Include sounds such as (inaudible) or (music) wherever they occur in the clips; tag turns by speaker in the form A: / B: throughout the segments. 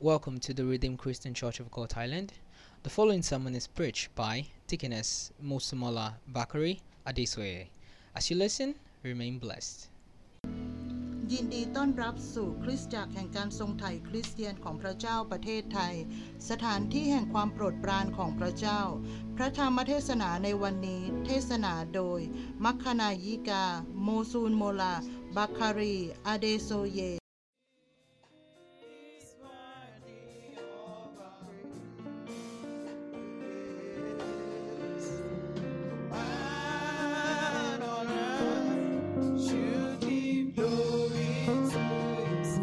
A: Welcome to the Redeemed Christian Church of God Island. The following sermon is preached by Deaconess Mosumola Bakari Adesweye. As you listen, remain blessed.
B: ยินดีต้อนรับสู่คริสตจักรแห่งการทรงไถ่คริสเตียนของพระเจ้าประเทศไทย สถานที่แห่งความโปรดปรานของพระเจ้า พระธรรมเทศนาในวันนี้ เทศนาโดย มัคคณายิกา โมซูลโมลาบัคคารี อาเดโซเย
C: Man on earth should give glory to His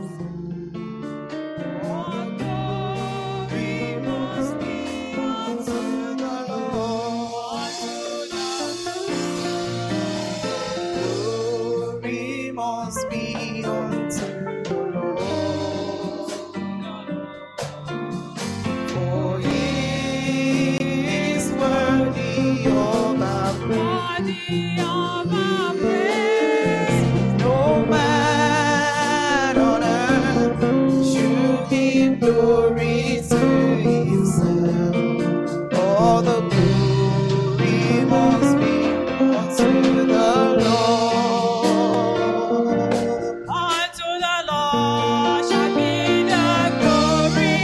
C: All glory must be unto the Lord. Glory must be unto the Lord. For He is worthy of our praise. No man on earth should give glory to himself. All the glory must be unto the Lord. Unto the Lord shall be the glory.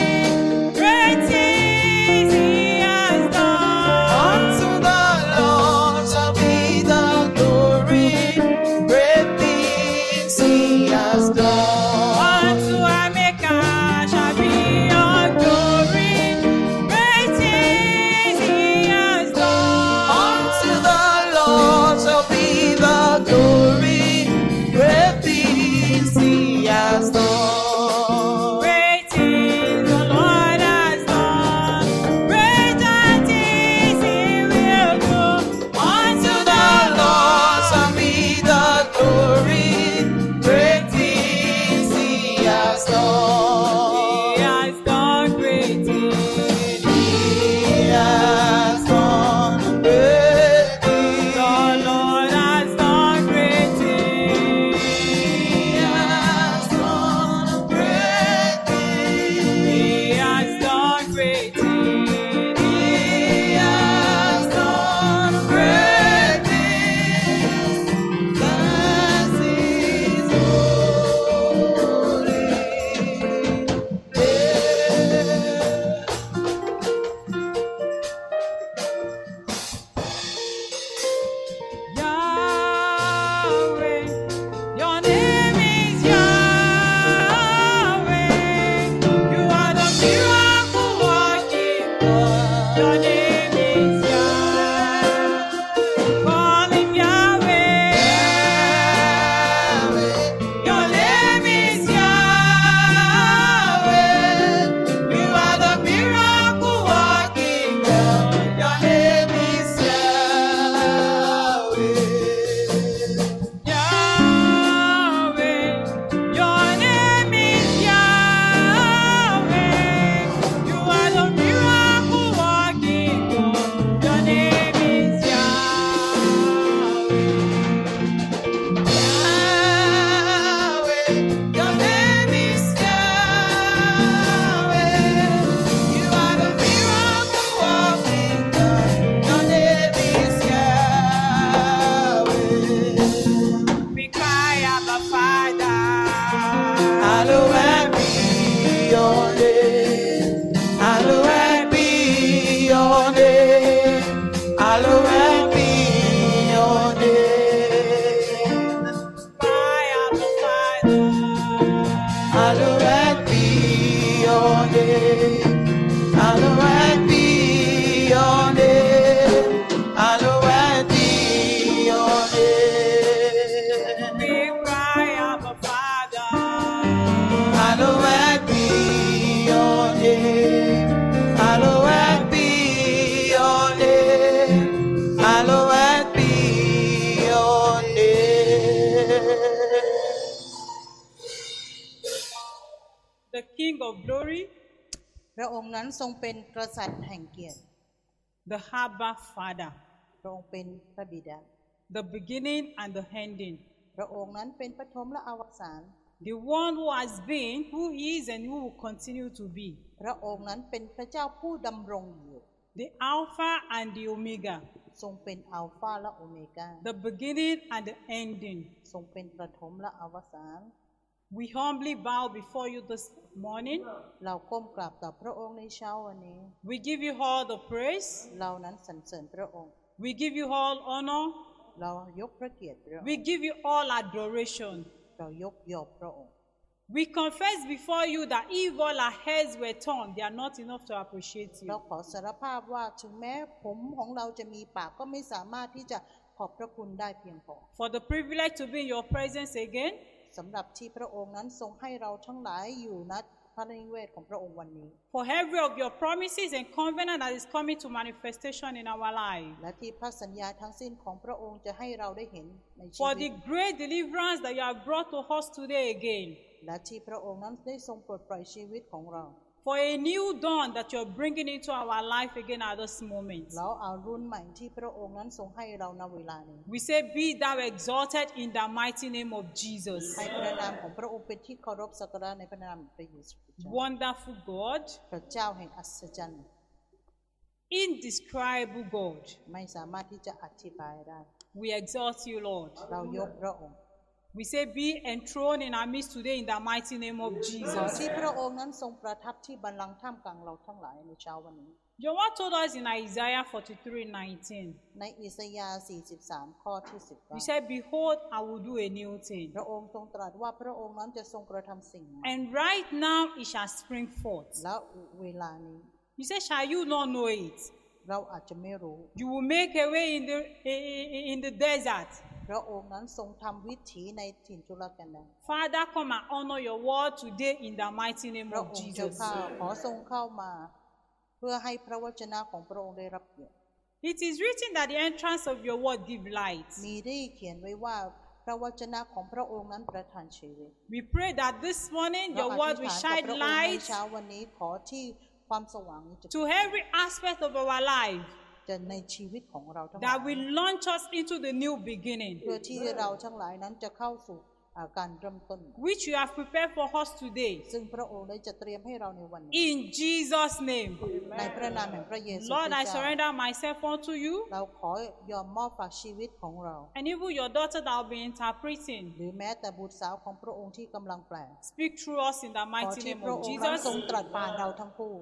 C: Great things he has done. Unto the Lord shall be the glory. Great things he has done. Unto America shall be your glory. Great things he has done. Unto the Lord shall be the glory. Great things he has done. Great things the Lord has done. Great are things he will do. Unto the Lord shall be the glory. Great things he has done. He has done great things. He has done great things. The Lord has done great things. He has done great things. He has done great things. He has done great things. Bless His holy name. Yahweh, your name is Yahweh. You are the miracle working God. Your name is Yahweh. Call him Yahweh. Your name is Yahweh. You are the miracle working God. Your name is Yahweh. Yahweh, your name is Yahweh. You are the miracle working God. Your name is Yahweh. Yahweh, your name is Yahweh. You are the miracle working God. Your name is Yahweh. We cry, Abba Father. Hallowed be your name. Hallowed be your name. Hallowed be your name. Cry, Abba Father. Hallowed be your name. Hallowed be your name. Hallowed be your name. We cry, Abba Father. Hallowed be your name. Hallowed be your name. Hallowed be your name. The King of Glory,
B: พระองค์นั้นทรงเป็นกษัตริย์แห่งเกียรติ
C: the Harbor Father,
B: พระองค์เป็นพระบิดา
C: the beginning and the ending,
B: พระองค์นั้นเป็นปฐมและอวสาน
D: the one who has been, who is, and who will continue to be,
B: พระองค์นั้นเป็นพระเจ้าผู้ดำรงอยู่
D: the Alpha and the Omega,
B: ทรงเป็นอัลฟาและโอเมกา
D: the beginning and the ending.
B: ทรงเป็นประถมและอวสาน
D: We humbly bow before you this morning.
B: เราก้มกราบต่อพระองค์ในเช้าวันนี้
D: We give you all the praise.
B: เรานั้นสรรเสริญพระองค์
D: We give you all honor.
B: เรายกพระเกียรติพระองค์
D: We give you all adoration.
B: เรายกยอพระองค์
D: We confess before you that if all our heads were turned, they are not enough to appreciate
B: เรา
D: you.
B: ขอสารภาพว่าถึงแม้ผมของเราจะมีปากก็ไม่สามารถที่จะขอบพระคุณได้เพียงพอ
D: For the privilege to be in your presence again,
B: สำหรับที่พระองค์นั้นทรงให้เราทั้งหลายอยู่นัดพระนิเวศของพระองค์วันนี้
D: for every of your promises and covenant that is coming to manifestation in our life,
B: และที่พระสัญญาทั้งสิ้นของพระองค์จะให้เราได้เห็นในชี
D: for
B: วิ
D: the
B: ต
D: great deliverance that you have brought to us today again,
B: และที่พระองค์นั้นได้ทรงปลดปล่อยชีวิตของเรา
D: for a new dawn that you're bringing into our life again at this moment.
B: แล้วเอารุ่นใหม่ที่พระองค์นั้นทรงให้เราณเวลานี้
D: We say, Be thou exalted in the mighty name of Jesus.
B: ให้พระนามของพระองค์เป็นที่เคารพสักการะในพระนามพระเยซูคริสต์เจ้า
D: Wonderful God,
B: พระเจ้าแห่งอัศจรรย์
D: indescribable God,
B: ไม่สามารถที่จะอธิบายได้
D: we exalt you, Lord.
B: เรายกพระองค์
D: We say, Be enthroned in our midst today in the mighty name of
B: ขอ
D: Jesus.
B: ที่พระองค์นั้นทรงประทับที่บัลลังก์ท่ามกลางเราทั้งหลายในเช้าวันนี้
D: Your word told us in Isaiah 43 19,
B: ในอิสยาห์ 43 ข้อที่
D: you
B: 19
D: said, Behold, I will do a new thing.
B: พระองค์ทรงตรัสว่าพระองค์นั้นจะทรงกระทำสิ่งใหม่
D: And right now it shall spring forth.
B: แล้วเวลานี้
D: You said, Shall you not know it?
B: เราอาจจะไม่รู้
D: You will make a way in the, in the desert.
B: พระองค์นั้นทรงทำวิถีในถิ่นทุรกันดาร
D: Father, come and honor your word today in the mighty name
B: พระ
D: of
B: องค์เจ้า
D: Jesus.
B: ข้าขอทรงเข้ามา เพื่อให้พระวจนะของพระองค์ได้รับเกียรติ
D: It is written that the entrance of your word give light.
B: มีได้เขียนไว้ว่าพระวจนะของพระองค์นั้นประทานชีวิต
D: We pray that this morning
B: เรา
D: your
B: อ
D: word
B: ธิษ
D: will
B: ฐาน
D: shine
B: กับพระองค์ใน
D: light
B: เช้าวันนี้ขอที่ความสว่างนี้จะ
D: to every aspect of our life
B: จะในชีวิตของเราทั้งหลาย
D: that will launch us into the new beginning
B: เพื่อที่เราทั้งหลายนั้นจะเข้าสู่อ่าการเริ่มต้น
D: which you have prepared for us today.
B: ซึ่งพระองค์ได้จะเตรียมให้เราในวันนี้
D: In Jesus' name.
B: ในพระนามแห่งพระเยซูคริส
D: Lord, I
B: ต์เจ้า
D: surrender myself unto you
B: เราขอยอมมอบฝากชีวิตของเรา
D: and even your daughter that will be interpreting.
B: หรือแม้แต่บุตรสาวของพระองค์ที่กำลังแปล
D: Speak through us in the
B: ขอ
D: mighty
B: ที่
D: name
B: พระ
D: of
B: องค์นั้น
D: Jesus.
B: ทรงตรัสผ่านเราทั้งคู่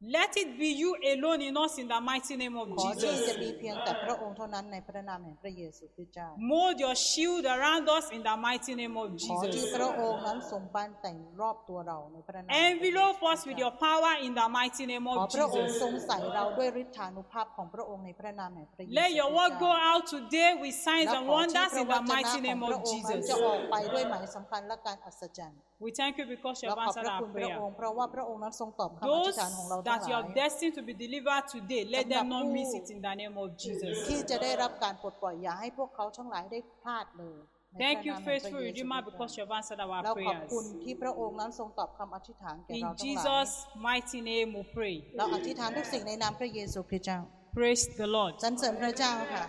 D: Let it be you alone in us in the mighty name of
B: ขอที่
D: Jesus.
B: จะมีเพียงแต่พระองค์เท่านั้นในพระนามแห่งพระเยซูคริสต์เจ้า
D: Mold your shield around us in the mighty name of
B: ขอที่
D: Jesus.
B: พระองค์นั้นทรงบ้านแต่งรอบตัวเราในพระนามแห่งพระเยซูคริสต์เจ้า
D: Envelope us with your power in the mighty name
B: ขอ
D: of
B: พระองค์
D: Jesus.
B: ทรงใส่เราด้วยฤทธานุภาพของพระองค์ในพระนามแห่งพระเยซูคริสต์
D: Let your word go out today with signs
B: และ
D: and
B: ขอที่
D: wonders
B: พระ
D: in
B: ว
D: the
B: จนะข
D: mighty
B: องพ
D: name
B: ระ
D: of
B: องค์นั้น
D: Jesus.
B: จะออกไปด้วยหมายสำคัญและการอัศจรรย์
D: We thank you because you
B: และ
D: have
B: ขอบพ
D: answered
B: ระ
D: our
B: คุณพระ
D: prayer.
B: องค์เพราะว่าพระองค์นั้นทรงตอบคำอธิ
D: Those
B: ษฐานของเราทั้ง
D: that
B: ห
D: you
B: ลาย
D: have destined to be delivered today, let them not miss it in the name of Jesus.
B: ที่จะได้รับการปลดปล่อยอย่าให้พวกเขาทั้งหลายได้พลาดเลยในพระ
D: Thank you,
B: นามแห่งพ
D: faithful
B: ระเยซู
D: Redeemer,
B: คริสต์
D: because
B: เจ้า
D: you have answered our
B: เราขอบคุณ
D: prayers.
B: ที่พระองค์นั้นทรงตอบคำอธิษฐานแก่
D: In
B: เราทั้งหลาย
D: Jesus' mighty name we pray.
B: เราอธิษฐานทุกสิ่งในนามพระเยซูคริสต์เจ้า
D: Praise the Lord.
B: สรรเสริญพระเจ้าค่ะ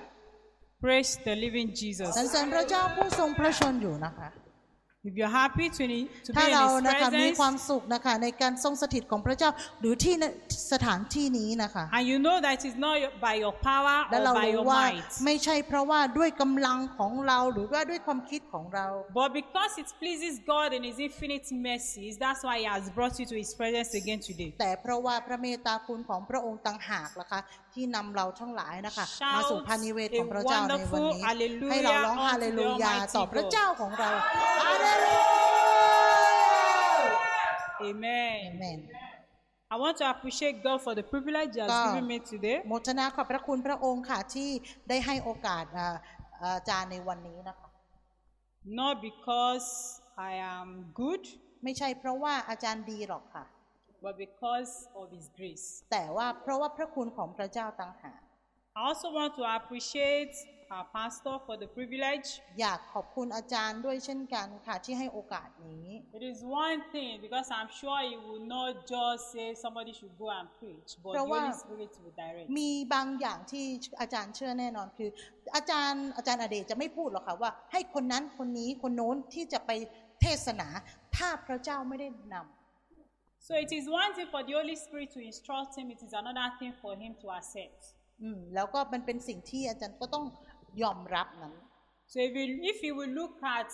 D: Praise the living Jesus.
B: สรรเสริญพระเจ้าผู้ทรงพระชนอยู่นะคะ
D: If you're happy to, ne- to be
B: ถ้า
D: in
B: เรานะ
D: His
B: คะมีความ
D: presence,
B: สุขนะคะในการทรงสถิตของพระเจ้าหรือที่ณสถานที่นี้นะคะ
D: and you know that it's not your- by your power
B: และ
D: or
B: เรา
D: by
B: รู้
D: your
B: ว่า
D: might,
B: ไม่ใช่เพราะว่าด้วยกำลังของเราหรือว่าด้วยความคิดของเรา
D: But because it pleases God in His infinite mercies, that's why He has brought you to His presence again today.
B: แต่เพราะว่าพระเมตตาคุณของพระองค์ต่างหากล่ะคะที่นำเราทั้งหลายนะคะ
D: Shout
B: มาสู่พานิเวศของพระเจ้า
D: a
B: ในวัน
D: wonderful
B: นี้
D: hallelujah
B: ให้เราร้อง
D: unto the
B: ฮาเลลูยา
D: Almighty
B: ต่อพระ
D: God
B: เจ้าของเราฮาเลลู
D: Amen.
B: ยาเมน
D: I want to appreciate God for the privilege He has
B: God.
D: given me today.
B: โมทนาขอบพระคุณพระองค์ค่ะที่ได้ให้โอกาสอ่าอาจารย์ในวันนี้นะคะ
D: Not because I am good,
B: ไม่ใช่เพราะว่าอาจารย์ดีหรอกค่ะ
D: but because of His grace.
B: แต่ว่าเพราะว่าพระคุณของพระเจ้าต่างหาก
D: I also want to appreciate our pastor for the privilege.
B: อยากขอบคุณอาจารย์ด้วยเช่นกันค่ะที่ให้โอกาสนี้
D: It is one thing because I'm sure he will not just say somebody should go and preach, but the
B: Pero
D: Holy
B: wa-
D: Spirit will direct.
B: มีบางอย่างที่อาจารย์เชื่อแน่นอนคือ อาจารย์อาจารย์อเดชจะไม่พูดหรอกค่ะว่า ให้คนนั้นคนนี้คนโน้นที่จะไป เทศนา ถ้าพระเจ้าไม่ได้นำ
D: So it is one thing for the Holy Spirit to instruct him, it is another thing for him to accept.
B: อืมแล้วก็มันเป็นสิ่งที่อาจารย์ก็ต้องยอมรับนั้น
D: So if you, if you will look at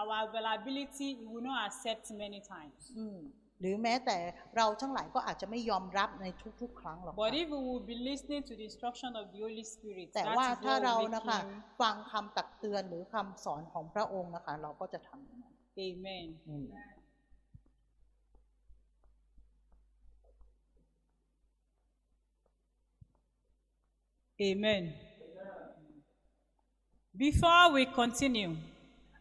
D: our availability, you will not accept many times.
B: อืมหรือแม้แต่เราทั้งหลายก็อาจจะไม่ยอมรับในทุกๆ ครั้งหรอกค่ะ
D: But if we will be listening to the instruction of the Holy Spirit,
B: แต่
D: that is
B: ว่าถ้า
D: what
B: เรา
D: will make
B: นะคะ
D: him-
B: ฟังคำตักเตือนหรือคำสอนของพระองค์นะคะ เราก็จะทำอย่างนั้น
D: Amen.
B: อืม
D: Amen. Before we continue,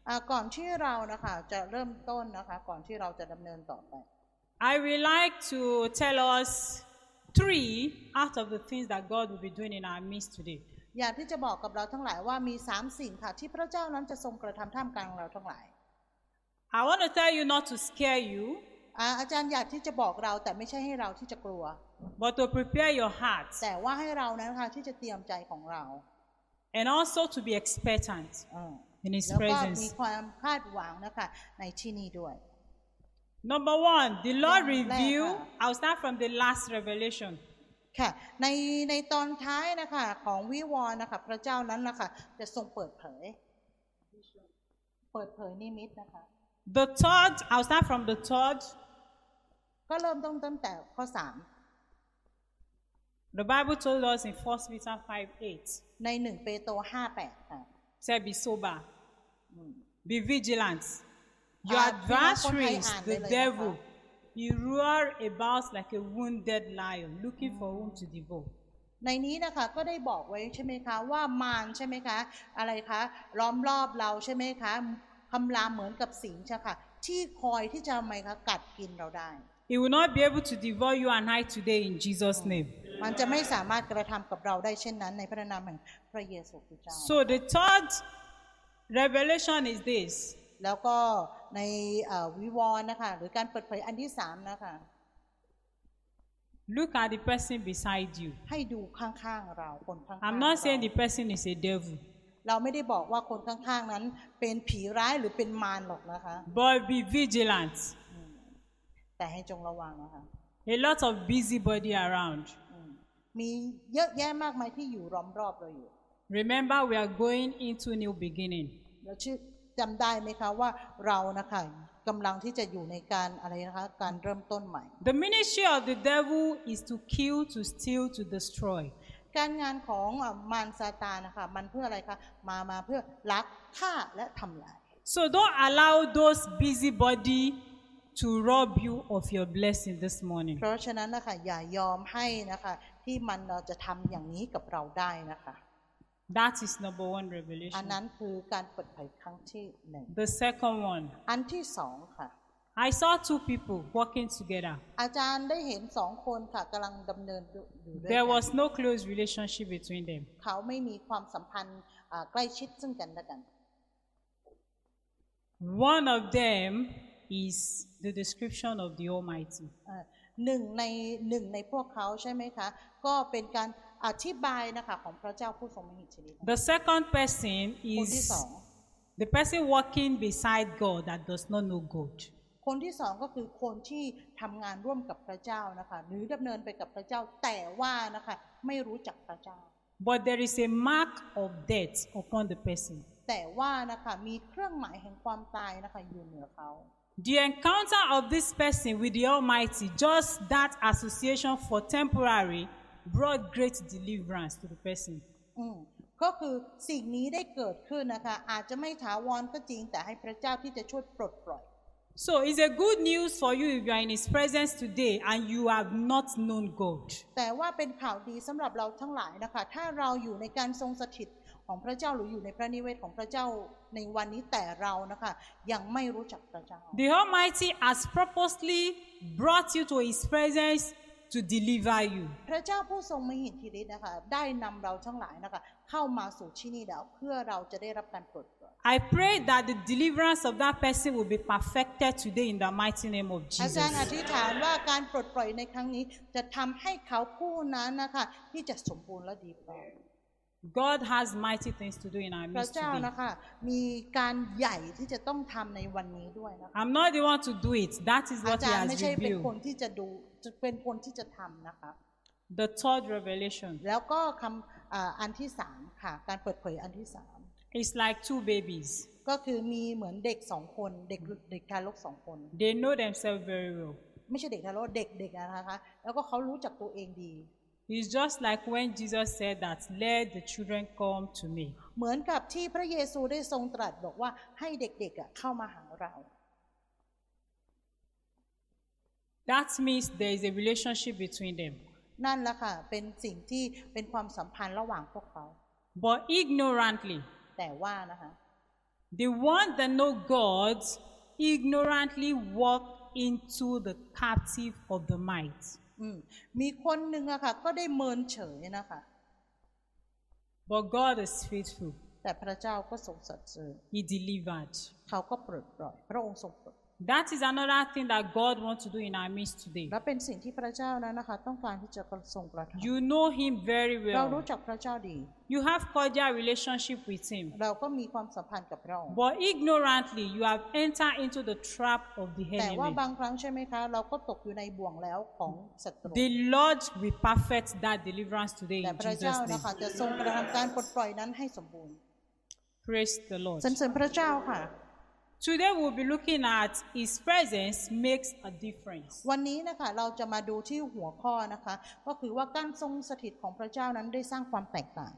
B: อ่าก่อนที่เรานะคะ จะเริ่มต้นนะคะ ก่อนที่เราจะดำเนินต่อไป
D: I would like to tell us three out of the things that God will be doing in our midst today.
B: อยากที่จะบอกกับเราทั้งหลายว่ามีสามสิ่งค่ะ ที่พระเจ้านั้นจะทรงกระทำท่ามกลางเราทั้งหลาย
D: I want to tell you not to scare you,
B: อาอาจารย์อยากที่จะบอกเราแต่ไม่ใช่ให้เราที่จะกลัว
D: but to prepare your heart
B: แต่ว่าให้เรานั้นค่ะที่จะเตรียมใจของเรา
D: and also to be expectant
B: อ่า
D: in His
B: แล้วก็มี
D: presence.
B: ความคาดหวังนะคะในที่นี้ด้วย
D: Number one, the Lord
B: Yeah, like,
D: revealed.
B: uh,
D: I'll start from the last revelation.
B: ค่ะ ในในตอนท้ายนะคะของวิวรณ์นะคะพระเจ้านั้นนะคะจะทรงเปิดเผย เปิดเผยนิมิตนะคะ
D: The third, I'll start from the third.
B: ก็เริ่มต้นตั้งแต่ข้อ
D: The Bible told us in 1 Peter 5 8,
B: 3 ใน 1 เปโตร58 ค่ะ
D: said, Be sober, be vigilant. Your
B: Ah, Peter,
D: adversaries,
B: what I am,
D: the
B: like,
D: devil,
B: uh-huh.
D: he roar about like a wounded lion, looking for whom to devour.
B: ในนี้นะคะก็ได้บอกไว้ใช่ไหมคะว่ามารใช่ไหมคะอะไรคะล้อมรอบเราใช่ไหมคะคำรามเหมือนกับสิงห์ใช่ค่ะ ที่คอยที่จะทำไมคะกัดกินเราได้
D: He will not be able to devour you and I today in Jesus' name.
B: มันจะไม่สามารถกระทำกับเราได้เช่นนั้น ในพระนามแห่งพระเยซูคริสต์เจ้า
D: So the third revelation is this.
B: แล้วก็ในเอ่อวิวรณ์นะคะ หรือการเปิดเผยอันที่สามนะคะ
D: Look at the person beside you.
B: ให้ดูข้างๆเราคนข้างๆ
D: I'm not saying
B: เรา
D: the person is a devil,
B: เราไม่ได้บอกว่าคนข้างๆนั้น เป็นผีร้ายหรือเป็นมารหรอกนะคะ
D: but be vigilant.
B: แต่ให้จงระวังนะคะ
D: A lot of busybody around.
B: อืมมีเยอะแยะมากมายที่อยู่ล้อมรอบเราอยู่
D: Remember, we are going into new beginning.
B: เราชื่อจำได้ไหมคะว่าเรานะคะกำลังที่จะอยู่ในการอะไรนะคะการเริ่มต้นใหม่
D: The ministry of the devil is to kill, to steal, to destroy.
B: การงานของเอ่อมารซาตานนะคะมันเพื่ออะไรคะมามาเพื่อลักฆ่าและทำลาย
D: So don't allow those busybody to rob you of your blessing this morning.
B: เพราะฉะนั้นนะคะอย่ายอมให้นะคะ ที่มันเอ่อจะทำอย่างนี้กับเราได้นะคะ
D: That is number one
B: อัน
D: revelation.
B: นั้นคือการเปิดเผยครั้งที่หนึ่ง
D: The second one,
B: อันที่สองค่ะ
D: I saw two people walking together.
B: อาจารย์ได้เห็นสองคนค่ะกำลังดำเนินอยู่ด้วย
D: There
B: กั
D: was no close relationship between them.
B: เขาไม่มีความสัมพันธ์อ่าใกล้ชิดซึ่งกันและกัน
D: One of them is the description of the Almighty.
B: เอ่อหนึ่งในหนึ่งในพวกเขาใช่ไหมคะ ก็เป็นการอธิบายนะคะของพระเจ้าผู้ทรงมหิทธิฤทธิ์
D: The second person
B: คนที่
D: is
B: สอง
D: the person walking beside God that does not know God.
B: คนที่สองก็คือคนที่ทำงานร่วมกับพระเจ้านะคะหรือดำเนินไปกับพระเจ้าแต่ว่านะคะ ไม่รู้จักพระเจ้า
D: But there is a mark of death upon the person.
B: แต่ว่านะคะมีเครื่องหมายแห่งความตายนะคะอยู่เหนือเขา
D: The encounter of this person with the Almighty, just that association for temporary, brought great deliverance to the person.
B: อืมก็คือสิ่งนี้ได้เกิดขึ้นนะคะ อาจจะไม่ถาวรก็จริง แต่ให้พระเจ้าที่จะช่วยปลดปล่อย
D: So it's a good news for you if you are in His presence today and you have not known God.
B: แต่ว่าเป็นข่าวดีสำหรับเราทั้งหลายนะคะ ถ้าเราอยู่ในการทรงสถิตของพระเจ้าหรืออยู่ในพระนิเวศของพระเจ้าในวันนี้แต่เรานะคะ ยังไม่รู้จักพระเจ้า
D: The Almighty has purposely brought you to His presence to deliver you.
B: พระเจ้าผู้ทรงมหิทธิฤทธิ์นะคะ ได้นำเราทั้งหลายนะคะ เข้ามาสู่ที่นี่แล้วเพื่อเราจะได้รับการปลดปล่อย
D: I pray that the deliverance of that person will be perfected today in the mighty name of
B: อาจารย์อ
D: Jesus.
B: ธิษฐานว่าการปลดปล่อยในครั้งนี้ จะทำให้เขาผู้นั้นนะคะ ที่จะสมบูรณ์และดีพร้อม
D: God has mighty things to do in our
B: พระ
D: midst
B: เจ้า
D: today.
B: นะคะ มีการใหญ่ที่จะต้องทำในวันนี้ด้วยนะคะ
D: I'm not the one to do it. That is
B: อา
D: what He
B: จารย์ไม่
D: has
B: ใช่เป็นคน
D: revealed.
B: ที่จะดูจะเป็นคนที่จะทำนะคะ
D: The third revelation.
B: แล้วก็คำอ่าอันที่สามค่ะ การเปิดเผยอันที่สาม
D: It's like two babies.
B: ก็คือมีเหมือนเด็กสองคนเด็กเด็กทารกสองคน
D: They know themselves very well.
B: ไม่ใช่เด็กทารกเด็กเด็กนะคะ แล้วก็เขารู้จักตัวเองดี
D: It's just like when Jesus said that, let the children come to me.
B: เหมือนกับที่พระเยซูได้ทรงตรัสบอกว่าให้เด็กๆอะเข้ามาหาเรา
D: That means there is a relationship between them.
B: นั่นแหละค่ะ เป็นสิ่งที่เป็นความสัมพันธ์ระหว่างพวกเขา
D: But ignorantly,
B: แต่ว่านะคะ
D: the one that know God ignorantly walk into the captive of the might.
B: อืมมีคนหนึ่งอะค่ะ ก็ได้เมินเฉยนะคะ
D: But God is faithful.
B: แต่พระเจ้าก็ทรงสัตย์ซื่อ
D: He delivered.
B: เขาก็ปลดปล่อย พระองค์ทรงปลด
D: That is another thing that God wants to do in our midst today.
B: และเป็นสิ่งที่พระเจ้านั้นนะคะ ต้องการที่จะประทรงประทาน
D: You know Him very
B: เรารู้
D: well.
B: จักพระเจ้าดี
D: You have cordial relationship with Him.
B: เราก็มีความสัมพันธ์กับพระองค์
D: But ignorantly, you have entered into the trap of the
B: แต่ว่า
D: enemy.
B: บางครั้งใช่ไหมคะ เราก็ตกอยู่ในบ่วงแล้วของศัตรู
D: The Lord will perfect that deliverance today
B: แต่
D: in
B: พระเจ้า
D: Jesus' name.
B: นะคะจะทรงกระทำการปลดปล่อยนั้นให้สมบูรณ์
D: Praise the Lord.
B: สรรเสริญพระเจ้าค่ะ
D: Today we'll be looking at His presence makes a difference.
B: วันนี้นะคะเราจะมาดูที่หัวข้อนะคะ ก็คือว่าการทรงสถิตของพระเจ้านั้นได้สร้างความแตกต่าง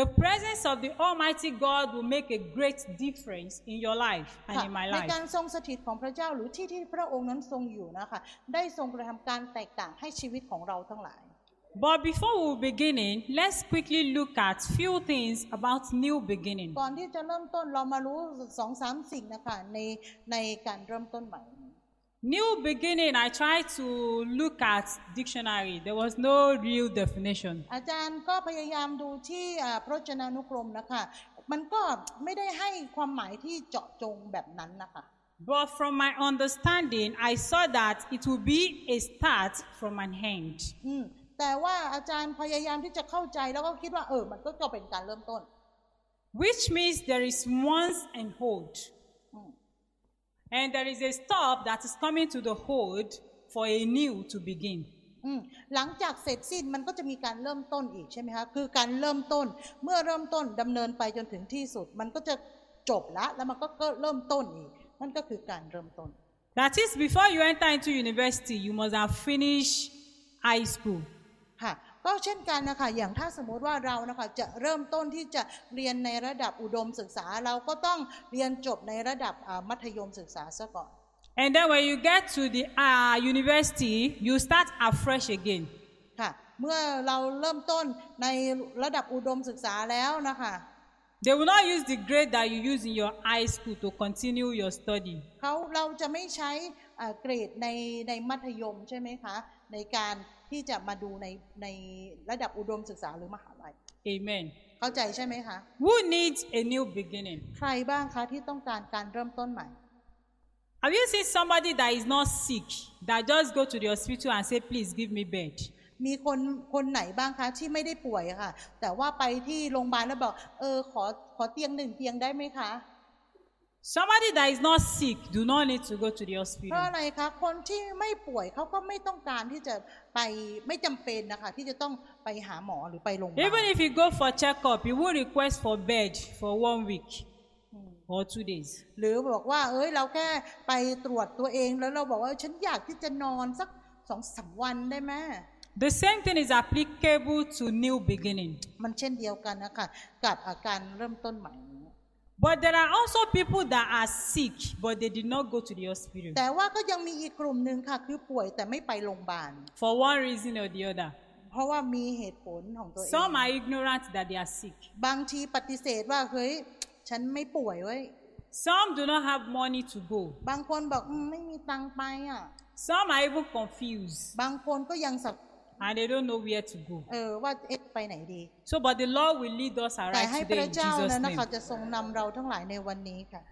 D: The presence of the Almighty God will make a great difference in your life
B: ค่ะ
D: and in my
B: ใน
D: life.
B: การทรงสถิตของพระเจ้าหรือที่ที่พระองค์นั้นทรงอยู่นะคะ ได้ทรงกระทำการแตกต่างให้ชีวิตของเราทั้งหลาย
D: But before we begin, let's quickly look at few things about new beginning.
B: ก่อนที่จะเริ่มต้นเรามารู้สองสามสิ่งนะคะในในการเริ่มต้นใหม่
D: New beginning, I tried to look at dictionary. There was no real definition.
B: อาจารย์ก็พยายามดูที่อ่าพระจนานุกรมนะคะ มันก็ไม่ได้ให้ความหมายที่เจาะจงแบบนั้นนะคะ
D: But from my understanding, I saw that it will be a start from an end.
B: อืมแต่ว่าอาจารย์พยายามที่จะเข้าใจแล้วก็คิดว่าเออ มันก็ก็เป็นการเริ่มต้น
D: which means there is once and hold. And there is a stop that is coming to the hold for a new to begin.
B: อืมหลังจากเสร็จสิ้นมันก็จะมีการเริ่มต้นอีกใช่ไหมคะคือการเริ่มต้นเมื่อเริ่มต้นดำเนินไปจนถึงที่สุด มันก็จะจบละแล้วมันก็ก็เริ่มต้นอีกนั่นก็คือการเริ่มต้น
D: That is, before you enter into university, you must have finished high school.
B: ค่ะก็เช่นกันนะคะอย่างถ้าสมมุติว่าเรานะคะจะเริ่มต้นที่จะเรียนในระดับอุดมศึกษา เราก็ต้องเรียนจบในระดับอ่ามัธยมศึกษาซะก่อน
D: And then when you get to the uh, university, you start afresh again.
B: ค่ะ เมื่อเราเริ่มต้นในระดับอุดมศึกษาแล้วนะคะ
D: They will not use the grade that you use in your high school to continue your study.
B: เขาเราจะไม่ใช้อ่าเกรดในในมัธยมใช่ไหมคะ ในการที่จะมาดูในในระดับอุดมศึกษาหรือมหาลัย
D: Amen.
B: เข้าใจใช่ไหมคะ
D: Who needs a new beginning?
B: ใครบ้างคะที่ต้องการการเริ่มต้นใหม่
D: Have you seen somebody that is not sick that just go to the hospital and say, please give me bed?
B: มีคนคนไหนบ้างคะที่ไม่ได้ป่วยอะค่ะ แต่ว่าไปที่โรงพยาบาลแล้วบอกเออขอขอเตียงหนึ่งเตียงได้ไหมคะ
D: Somebody that is not sick do not need to go to the
B: เพราะ
D: hospital.
B: อะไรคะคนที่ไม่ป่วยเขาก็ไม่ต้องการที่จะไปไม่จำเป็นนะคะ ที่จะต้องไปหาหมอหรือไปโรงพยา
D: Even
B: บาล
D: if you go for checkup, you will request for bed for one week or two days.
B: หรือบอกว่า เอ้ยเราแค่ไปตรวจตัวเองแล้วเราบอกว่าฉันอยากที่จะนอนสักสองสามวันได้ไหม
D: The same thing is applicable to new beginning.
B: มันเช่นเดียวกันนะคะกับอาการเริ่มต้นใหม่นี้
D: But there are also people that are sick but they did not go to the hospital
B: แต่ว่าก็ยังมีอีกกลุ่มหนึ่งค่ะ คือป่วยแต่ไม่ไปโรงพยาบาล
D: for one reason or the other.
B: เพราะว่ามีเหตุผลของตัวเอง
D: Some are ignorant that they are sick.
B: บางทีปฏิเสธว่าเฮ้ย ฉันไม่ป่วยเว้ย
D: Some do not have money to go.
B: บางคนบอกอมไม่มีตังค์ไปอ่ะ
D: Some are even confused
B: บางคนก็ยังสับ
D: and they don't know where to go.
B: เออว่าเอ๊ะไปไหนดี
D: So, but the Lord will lead us
B: แต่ให้
D: aright
B: พ
D: today
B: ระ
D: in
B: เจ้า
D: Jesus'
B: นั้นนะ
D: name.
B: คะจะทรงนำเราทั้งหลายในวันนี้ค่ะ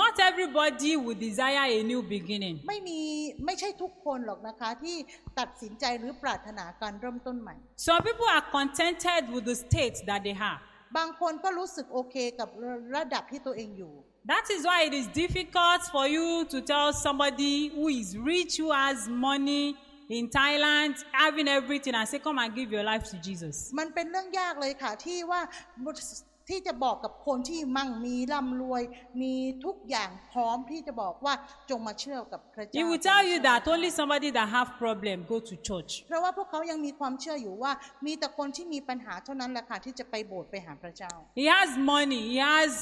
D: Not everybody will desire a new beginning.
B: ไม่มีไม่ใช่ทุกคนหรอกนะคะที่ตัดสินใจหรือปรารถนาการเริ่มต้นใหม่
D: Some people are contented with the state that they have.
B: บางคนก็รู้สึกโอเคกับระระดับที่ตัวเองอยู่
D: That is why it is difficult for you to tell somebody who is rich, who has money in Thailand, having everything, and say, Come and give your life to Jesus.
B: มันเป็นเรื่องยากเลยค่ะที่ว่าที่จะบอกกับคนที่มั่งมีร่ำรวย มีทุกอย่างพร้อมที่จะบอกว่าจงมาเชื่อกับพระเจ้า
D: He will tell you that only somebody that have problem go to church.
B: เพราะว่าพวกเขายังมีความเชื่ออยู่ว่า มีแต่คนที่มีปัญหาเท่านั้นแหละค่ะที่จะไปโบสถ์ไปหาพระเจ้า
D: He has money, he has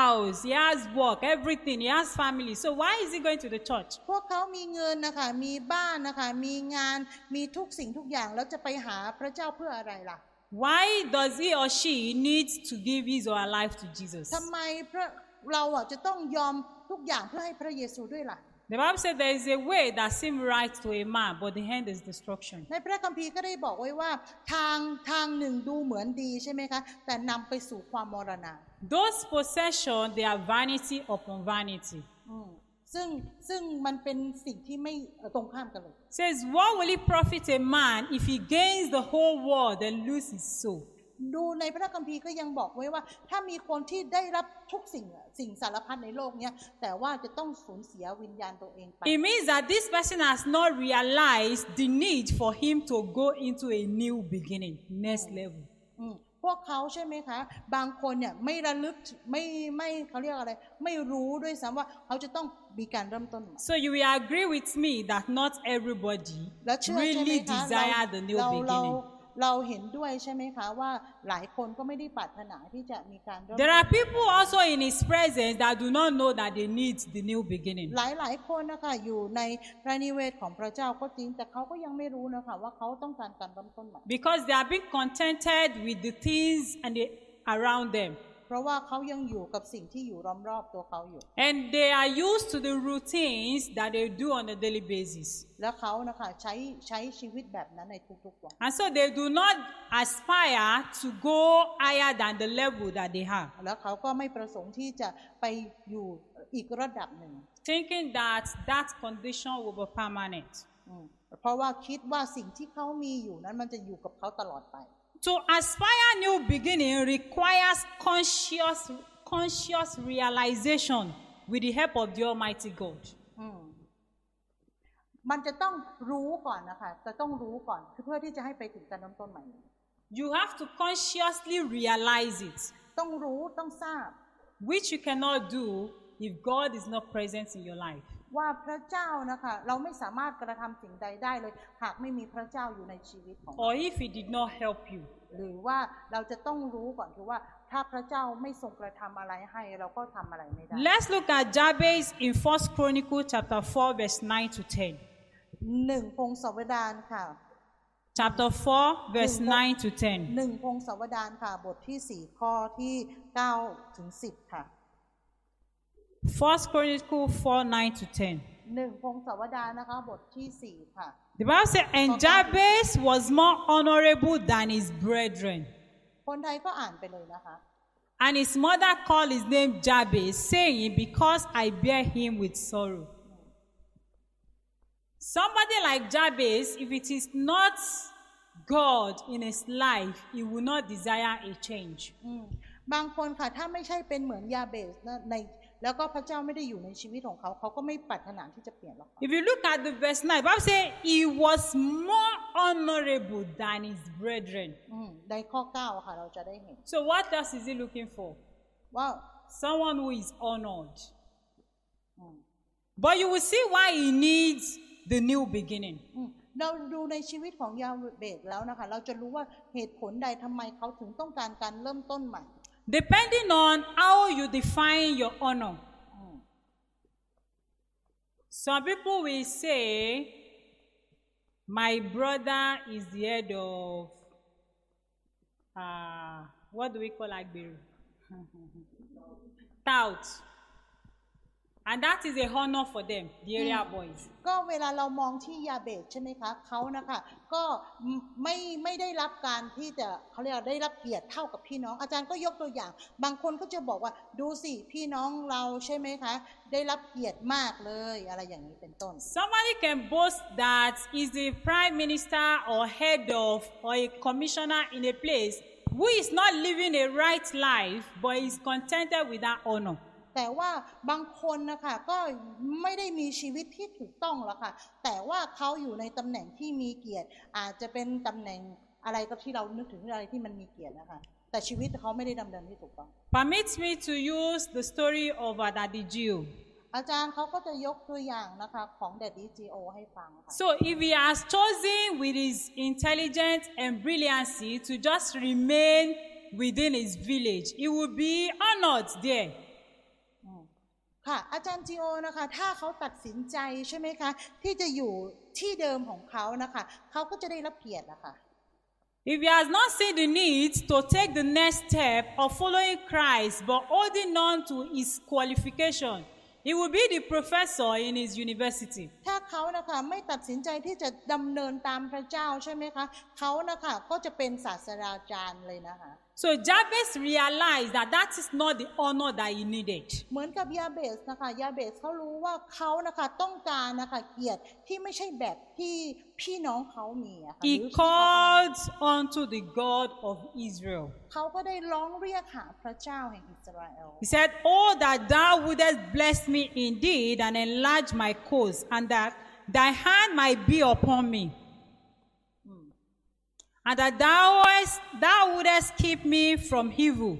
D: house, he has work, everything, he has family. So why is he going to the church?
B: พวกเขามีเงินนะคะ มีบ้านนะคะ มีงาน มีทุกสิ่งทุกอย่างแล้วจะไปหาพระเจ้าเพื่ออะไรล่ะ
D: Why does he or she need to give his or her life to Jesus?
B: ทำไมพระเราอ่ะจะต้องยอมทุกอย่างเพื่อให้พระเยซูด้วยล่ะ
D: The Bible said there is a way that seems right to a man, but the end is destruction.
B: ในพระคัมภีร์ก็ได้บอกไว้ว่าทางทางหนึ่งดูเหมือนดีใช่ไหมคะ แต่นำไปสู่ความมรณะ
D: Those possessions, they are vanity upon vanity.
B: อืมซึ่งซึ่งมันเป็นสิ่งที่ไม่เอ่อตรงข้ามกันเลย
D: It says, what will it profit a man if he gains the whole world and loses his soul?
B: ดูในพระคัมภีร์ก็ยังบอกไว้ว่า ถ้ามีคนที่ได้รับทุกสิ่งอะสิ่งสารพัดในโลกเนี้ยแต่ว่าจะต้องสูญเสียวิญญาณตัวเองไป
D: It means that this person has not realized the need for him to go into a new beginning, next level.
B: อืมพวกเขาใช่ไหมคะ บางคนเนี่ยไม่ระลึกไม่ไม่เขาเรียกอะไร ไม่รู้ด้วยซ้ำว่าเขาจะต้องมีการเริ่มต้นใหม่
D: So you will agree with me that not everybody
B: และเชื่อใช่ไหม
D: really
B: คะ
D: desire the new
B: เรา
D: beginning.
B: เราเราเห็นด้วยใช่ไหมคะว่าหลายคนก็ไม่ได้ปรารถนาที่จะมีการเริ่ม
D: There
B: ต้น
D: are people also in his presence that do not know that they need the new beginning.
B: หลายหลายคนนะคะอยู่ในพระนิเวศของพระเจ้าก็จริงแต่เขาก็ยังไม่รู้นะคะว่าเขาต้องการการเริ่มต้นใหม่
D: Because they are being contented with the things and the, around them.
B: เพราะว่าเขายังอยู่กับสิ่งที่อยู่ล้อมรอบตัวเขาอยู่
D: And they are used to the routines that they do on a daily basis.
B: และเขานะคะใช้ใช้ชีวิตแบบนั้นในทุกๆวัน
D: And so they do not aspire to go higher than the level that they have,
B: แล้วเขาก็ไม่ประสงค์ที่จะไปอยู่อีกระดับหนึ่ง
D: thinking that that condition will be permanent.
B: อืมเพราะว่าคิดว่าสิ่งที่เขามีอยู่นั้นมันจะอยู่กับเขาตลอดไป
D: To aspire new beginning requires conscious, conscious realization with the help of the Almighty God.
B: อืมมันจะต้องรู้ก่อนนะคะ จะต้องรู้ก่อนคือเพื่อที่จะให้ไปถึงการเริ่มต้นใหม่
D: You have to consciously realize it,
B: ต้องรู้ต้องทราบ
D: which you cannot do if God is not present in your life.
B: ว่าพระเจ้านะคะ เราไม่สามารถกระทำสิ่งใดได้เลย หากไม่มีพระเจ้าอยู่ในชีวิตของเรา
D: or if it did not help you.
B: หรือว่าเราจะต้องรู้ก่อนคือว่า ถ้าพระเจ้าไม่ทรงกระทำอะไรให้เราก็ทำอะไรไม่ได้
D: Let's look at Jabez in 1 Chronicle chapter 4 verse 9 to 10.
B: หนึ่งพงศาวดารค่ะ
D: Chapter 4 verse 9 to 10.
B: หนึ่งพงศาวดารค่ะ บทที่สี่ข้อที่เก้าถึงสิบค่ะ
D: 1 Chronicle 4 9 to 10.
B: หนึ่งพงศาวดารนะคะ บทที่สี่ค่ะ
D: The Bible says, and Jabez was more honorable than his brethren.
B: คนไทยก็อ่านไปเลยนะคะ
D: And his mother called his name Jabez, saying, Because I bear him with sorrow. Somebody like Jabez, if it is not God in his life, he will not desire a change.
B: อืมบางคนค่ะ ถ้าไม่ใช่เป็นเหมือนยาเบสนะใน แล้วก็พระเจ้าไม่ได้อยู่ในชีวิตของเขา เขาก็ไม่ปรารถนาที่จะเปลี่ยนหรอกค่ะ
D: If you look at the verse 9, Bible says he was more honorable than his brethren.
B: อืมในข้อเก้าค่ะ เราจะได้เห็น
D: So what else is he looking for?
B: ว่า
D: Someone who is honored.
B: Mm.
D: But you will see why he needs the new beginning.
B: อืมเราดูในชีวิตของยาเบสแล้วนะคะ เราจะรู้ว่าเหตุผลใดทำไมเขาถึงต้องการการเริ่มต้นใหม่
D: Depending on how you define your honor. Some people will say, My brother is the head of, uh, what do we call Agbiru? Tout. And that is a honor for them, the area boys.
B: ก็เวลาเรามองที่ยาเบตใช่ไหมคะเขานะคะก็ไม่ไม่ได้รับการที่จะเขาเรียกว่าได้รับเกียรติเท่ากับพี่น้อง อาจารย์ก็ยกตัวอย่าง บางคนก็จะบอกว่าดูสิพี่น้องเราใช่ไหมคะ ได้รับเกียรติมากเลยอะไรอย่างนี้เป็นต้น
D: Somebody can boast that is the prime minister or head of or a commissioner in a place who is not living a right life but is contented with that honor.
B: แต่ว่าบางคนนะคะก็ไม่ได้มีชีวิตที่ถูกต้องหรอกค่ะ แต่ว่าเขาอยู่ในตำแหน่งที่มีเกียรติ อาจจะเป็นตำแหน่งอะไรก็ที่เรานึกถึงอะไรที่มันมีเกียรตินะคะ แต่ชีวิตเขาไม่ได้ดำเนินที่ถูกต้อง
D: Permit me to use the story of Adadi Jew.
B: อาจารย์เขาก็จะยกตัวอย่างนะคะของเด็ดดีจีโอให้ฟังค่ะ
D: So if he has chosen with his intelligence and brilliancy to just remain within his village, he will be honored there.
B: ค่ะ อาจารย์จีโอนะคะ ถ้าเขาตัดสินใจใช่ไหมคะ ที่จะอยู่ที่เดิมของเขานะคะเขาก็จะได้รับเกียรตินะคะ
D: If he has not seen the need to take the next step of following Christ but holding on to his qualification, he will be the professor in his university.
B: ถ้าเขานะคะไม่ตัดสินใจที่จะดำเนินตามพระเจ้าใช่ไหมคะเขานะคะก็จะเป็นศาสตราจารย์เลยนะคะ
D: So Jabez realized that that is not the honor that he needed.
B: เหมือนกับยาเบสนะคะยาเบสเขารู้ว่าเขานะคะต้องการนะคะเกียรติที่ไม่ใช่แบบที่พี่น้องเขามีอะค่ะหรือ
D: He
B: ที่เขาต้อง
D: called unto the God of Israel.
B: เขาก็ได้ร้องเรียกหาพระเจ้าแห่งอิสราเอล
D: He said, Oh, that thou wouldest bless me indeed and enlarge my cause, and that thy hand might be upon me, Hmm. and that thou, wouldest- thou wouldest keep me from evil,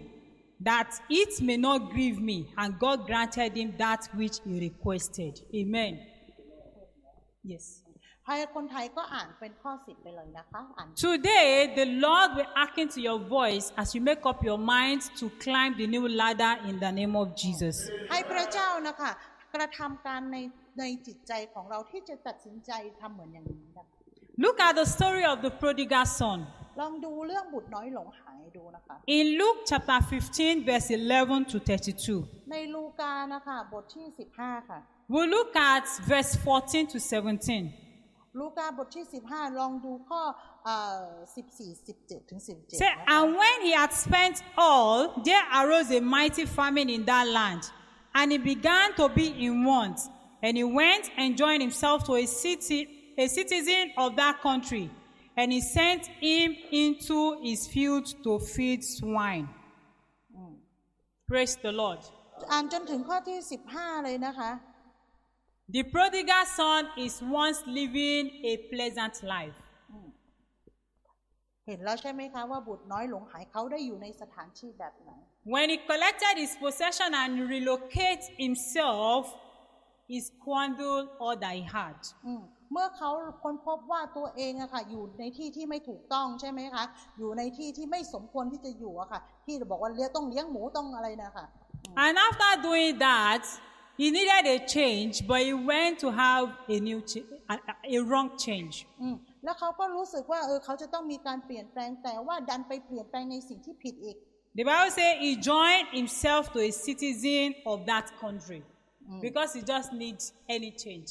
D: that it may not grieve me. And God granted him that which he requested. Amen. Yes.
B: ให้คนไทยก็อ่านเป็นข้อสิบไปเลยนะคะอ่าน
D: Today, the Lord will hearken to your voice as you make up your mind to climb the new ladder in the name of Jesus.
B: ให้พระเจ้านะคะ กระทำการในในจิตใจของเราที่จะตัดสินใจทำเหมือนอย่างนี้นะคะ
D: Look at the story of the prodigal son.
B: ลองดูเรื่องบุตรน้อยหลงหายดูนะคะ
D: In Luke chapter 15, verse 11 to 32,
B: ในลูกานะคะบทที่ 15 ค่ะ
D: we look at verse 14 to 17.
B: ลูกาบทที่ 15 ลองดูข้อเอ่อ14 17 ถึง
D: Say,
B: 17นะคะ
D: and when he had spent all, there arose a mighty famine in that land, and he began to be in want. And he went and joined himself to a city, a citizen of that country, and he sent him into his field to feed swine. Hmm. Praise the Lord.
B: อ่านจนถึงข้อที่ 15 เลยนะคะ
D: The prodigal son is once living a pleasant life.
B: เห็นแล้วใช่ไหมคะว่าบุตรน้อยหลงหายเขาได้อยู่ในสถานที่แบบไหน
D: When he collected his possession and relocated himself, he squandered all that he had.
B: อืมเมื่อเขาค้นพบว่าตัวเองอะค่ะ อยู่ในที่ที่ไม่ถูกต้องใช่ไหมคะอยู่ในที่ที่ไม่สมควรที่จะอยู่อะค่ะ ที่บอกว่าเลี้ยงต้องเลี้ยงหมูต้องอะไรนะคะ
D: And after doing that, he needed a change, but he went to have a new, ch- a, a- a wrong change.
B: อืมแล้วเขาก็รู้สึกว่าเออเขาจะต้องมีการเปลี่ยนแปลงแต่ว่าดันไปเปลี่ยนแปลงในสิ่งที่ผิดอีก
D: The Bible says he joined himself to a citizen of that country because he just needs any change,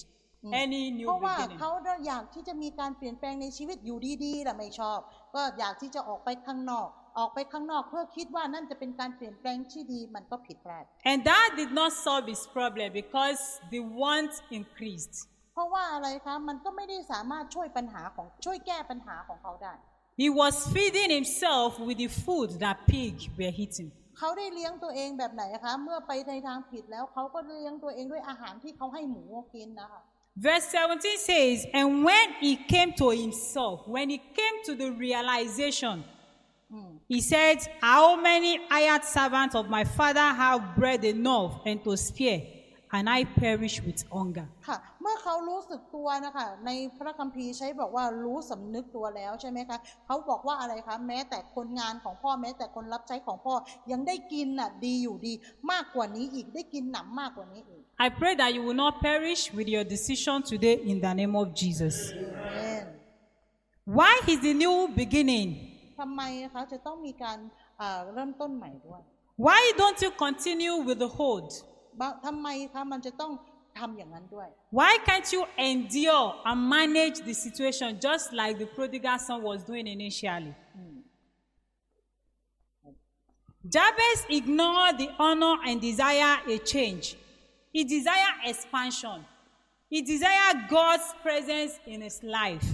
D: any
B: เพ
D: new
B: ราะว่า
D: beginning.
B: เขาเนี่ยอยากที่จะมีการเปลี่ยนแปลงในชีวิตอยู่ดีๆล่ะไม่ชอบ ก็อยากที่จะออกไปข้างนอก ออกไปข้างนอกเพื่อคิดว่านั่นจะเป็นการเปลี่ยนแปลงที่ดีมันก็ผิดพลาด
D: And that did not solve his problem because the want increased.
B: เพราะว่าอะไรคะมันก็ไม่ได้สามารถช่วยปัญหาของช่วยแก้ปัญหาของเขาได้
D: He was feeding himself with the food that pig were eating.
B: เขาได้เลี้ยงตัวเองแบบไหนคะ เมื่อไปในทางผิดแล้วเขาก็เลี้ยงตัวเองด้วยอาหารที่เขาให้หมูกินนะคะ
D: Verse 17 says, And when he came to himself, when he came to the realization, he said, How many hired servants of my father have bread enough and to spare, and I perish with hunger?
B: ค่ะ เมื่อเขารู้สึกตัวนะคะ ในพระคัมภีร์ใช้บอกว่ารู้สำนึกตัวแล้วใช่ไหมคะเขาบอกว่าอะไรคะ แม้แต่คนงานของพ่อแม้แต่คนรับใช้ของพ่อยังได้กินน่ะดีอยู่ดี มากกว่านี้อีกได้กินหนำมากกว่านี้อีก
D: I pray that you will not perish with your decision today in the name of Jesus.
B: เช่น
D: Why is the new beginning?
B: ทำไมคะจะต้องมีการเอ่อเริ่มต้นใหม่ด้วย
D: Why don't you continue with the hold?
B: อ บะทำไมคะมันจะต้องทำอย่างนั้นด้วย
D: Why can't you endure and manage the situation just like the prodigal son was doing initially? Jabez ignored the honor and desire a change. He desired expansion. He desired God's presence in his life.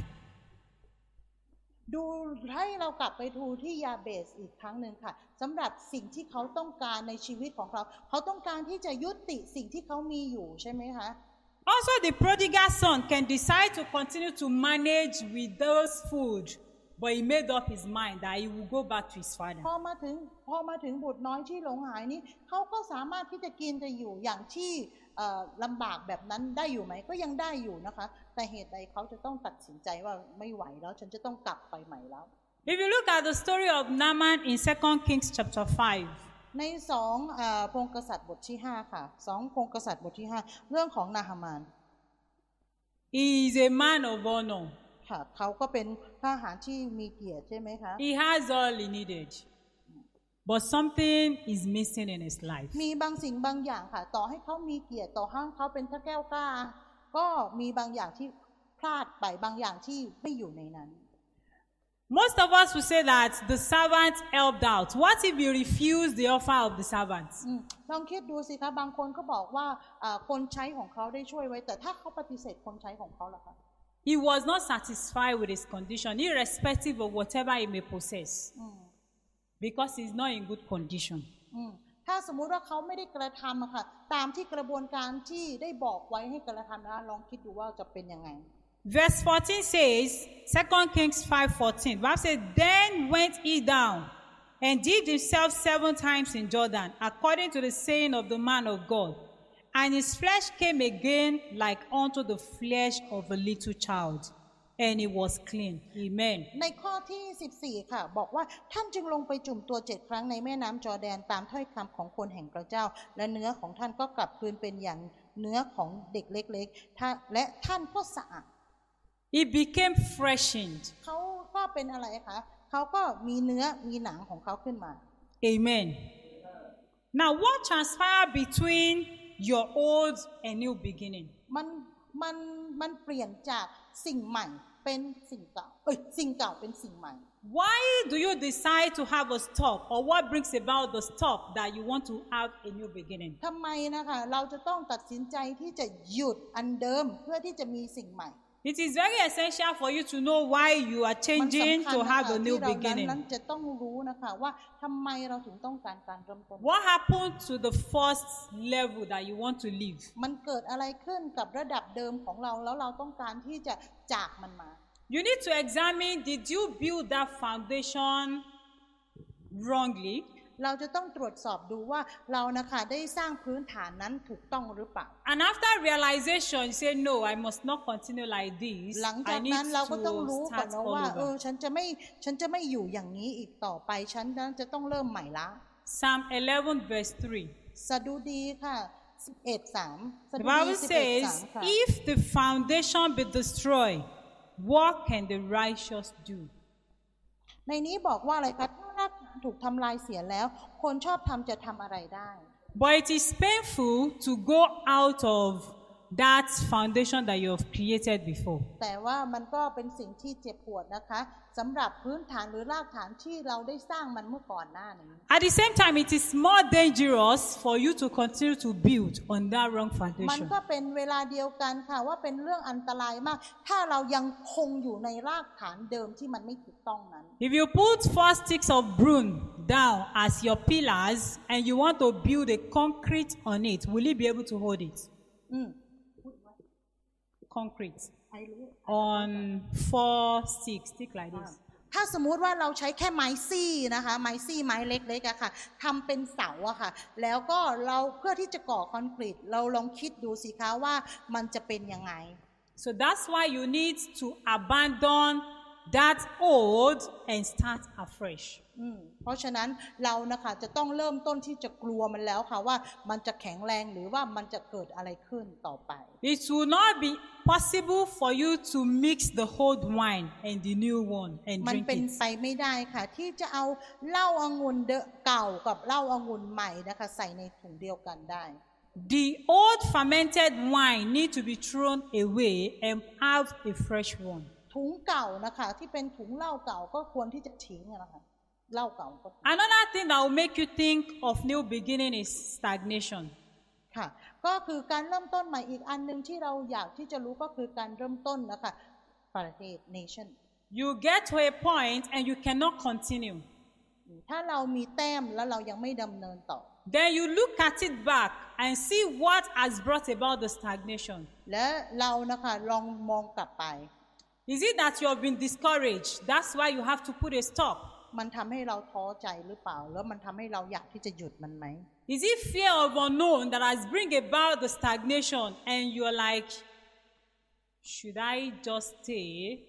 B: ดูให้เรากลับไปดูที่ยาเบสอีกครั้งหนึ่งค่ะสำหรับสิ่งที่เขาต้องการในชีวิตของเขา เขาต้องการที่จะยุติสิ่งที่เขามีอยู่ใช่ไหมคะ
D: Also, the prodigal son can decide to continue to manage with those food, but he made up his mind that he will go back to his father.
B: พอมาถึงพอมาถึงบุตรน้อยที่หลงหายนี้เขาก็สามารถที่จะกินจะอยู่อย่างที่เอ่อลำบากแบบนั้นได้อยู่ไหมก็ยังได้อยู่นะคะ แต่เหตุใดเขาจะต้องตัดสินใจว่าไม่ไหวแล้วฉันจะต้องกลับไปใหม่แล้ว
D: If you look at the story of Naaman in 2 Kings chapter 5,
B: ในสองเออพงกษัตริย์บทที่ 5 ค่ะสองพงกษัตริย์บทที่ 5 เรื่องของนาฮามาน
D: he is a man of honor.
B: ค่ะเขาก็เป็นทหารที่มีเกียรติใช่ไหมคะ
D: He has all he needed. But something is missing in his life.
B: มีบางสิ่งบางอย่างค่ะ ต่อให้เขามีเกียรติต่อให้เขาเป็นพระแก้วกล้า ก็มีบางอย่างที่พลาดไปบางอย่างที่ไม่อยู่ในนั้น
D: Most of us will say that the servant helped out. What if you refuse the offer of the servant?
B: อมลองคิดดูสิคะบางคนก็บอกว่าอ่าคนใช้ของเขาได้ช่วยไว้ แต่ถ้าเขาปฏิเสธคนใช้ของเขาล่ะคะ
D: He was not satisfied with his condition, irrespective of whatever he may possess,
B: อืม
D: because he's not in good condition.
B: อืมถ้าสมมุติว่าเขาไม่ได้กระทำอะค่ะ ตามที่กระบวนการที่ได้บอกไว้ให้กระทำนะคะลองคิดดูว่าจะเป็นยังไง
D: Verse 14 says, 2 Kings 5:14. Bible says, Then went he down and dipped himself seven times in Jordan, according to the saying of the man of God. And his flesh came again like unto the flesh of a little child, and he was clean. Amen.
B: ในข้อที่ 14 ค่ะ บอกว่าท่านจึงลงไปจุ่มตัวเจ็ดครั้งในแม่น้ำจอร์แดนตามถ้อยคำของคนแห่งพระเจ้า และเนื้อของท่านก็กลับคืนเป็นอย่างเนื้อของเด็กเล็กๆท่าและท่านก็สะอาด
D: He became freshened.
B: เขาก็เป็นอะไรคะเขาก็มีเนื้อมีหนังของเขาขึ้นมา
D: Amen. Now, what transpired between your old and new beginning?
B: มันมันมันเปลี่ยนจากสิ่งใหม่เป็นสิ่งเก่าเอ้ยสิ่งเก่าเป็นสิ่งใหม่
D: Why do you decide to have a stop, or what brings about the stop that you want to have a new beginning?
B: ทำไมนะคะเราจะต้องตัดสินใจที่จะหยุดอันเดิมเพื่อที่จะมีสิ่งใหม่
D: It is very essential for you to know why you are
B: มัน
D: changing
B: สำคัญ
D: to
B: นะ
D: have
B: คะ
D: a
B: ที่
D: new
B: เรานั้นนั้น
D: beginning.
B: จะต้องรู้นะคะว่าทำไมเราถึงต้องการการเริ่มต้น
D: What happened to the first level that you want to leave?
B: มันเกิดอะไรขึ้นกับระดับเดิมของเราแล้วเราต้องการที่จะจากมันมา
D: You need to examine did you build that foundation wrongly?
B: เราจะต้องตรวจสอบดูว่าเรานะคะได้สร้างพื้นฐานนั้นถูกต้องหรือเปล่า
D: And after realization, you say, No, I must not continue like this.
B: หลัง
D: I
B: จาก
D: need
B: นั้นเราก็ต้อง
D: to
B: รู้ก่อน
D: start
B: นะว่า
D: all
B: เออ
D: over.
B: ฉันจะไม่ฉันจะไม่อยู่อย่างนี้อีกต่อไป ฉันนั้นจะต้องเริ่มใหม่ละ
D: Psalm 11, verse 3.
B: สดุดีค่ะ 11 3ส
D: The
B: ดุดี
D: Bible
B: 11
D: says,
B: 3ค่ะ
D: if the foundation be destroyed, what can the righteous do?
B: ในนี้บอกว่าอะไรคะถ้ารักถูกทำลายเสียแล้ว คนชอบทำจะทำอะไรได้
D: But it is painful to go out of that foundation that you have created before.
B: แต่ว่ามันก็เป็นสิ่งที่เจ็บปวดนะคะสำหรับพื้นฐานหรือรากฐานที่เราได้สร้างมันเมื่อก่อนหน้านี้
D: At the same time, it is more dangerous for you to continue to build on that wrong
B: มัน
D: foundation.
B: ก็เป็นเวลาเดียวกันค่ะว่าเป็นเรื่องอันตรายมาก ถ้าเรายังคงอยู่ในรากฐานเดิมที่มันไม่ถูกต้องนั้น
D: If you put four sticks of broom down as your pillars and you want to build a concrete on it, will you be able to hold it?
B: อืม
D: Concrete
B: ใครรู้
D: on four sticks, stick like this.
B: ถ้าสมมุติว่าเราใช้แค่ไม้ซี่นะคะ ไม้ซี่ไม้เล็กๆอะค่ะทำเป็นเสาอะค่ะ แล้วก็เราเพื่อที่จะก่อคอนกรีต เราลองคิดดูสิคะว่ามันจะเป็นยังไง
D: So that's why you need to abandon that old and start afresh.
B: อืมเพราะฉะนั้นเรานะคะจะต้องเริ่มต้นที่จะกลัวมันแล้วค่ะว่ามันจะแข็งแรงหรือว่ามันจะเกิดอะไรขึ้นต่อไป
D: It will not be possible for you to mix the old wine and the new one and
B: มัน
D: drink
B: เป็น
D: it.
B: ไปไม่ได้ค่ะ ที่จะเอาเหล้าอางุ่นเดอะเก่ากับเหล้าอางุ่นใหม่นะคะ ใส่ในถุงเดียวกันได้
D: The old fermented wine need to be thrown away and have a fresh one.
B: ถุงเก่านะคะ ที่เป็นถุงเหล้าเก่าก็ควรที่จะทิ้งอะนะคะเหล้าเก่าก็
D: Another thing that will make you think of new beginning is stagnation.
B: ค่ะ ก็คือการเริ่มต้นใหม่อีกอันหนึ่งที่เราอยากที่จะรู้ก็คือการเริ่มต้นนะคะประเทศ nation
D: You get to a point and you cannot continue.
B: ถ้าเรามีแต้มแล้วเรายังไม่ดำเนินต่อ
D: Then you look at it back and see what has brought about the stagnation.
B: และเรานะคะลองมองกลับไป
D: Is it that you have been discouraged? That's why you have to put a stop.
B: มันทำให้เราท้อใจหรือเปล่า แล้วมันทำให้เราอยากที่จะหยุดมันไหม
D: Is it fear of unknown that has bring about the stagnation and you're like, should I just stay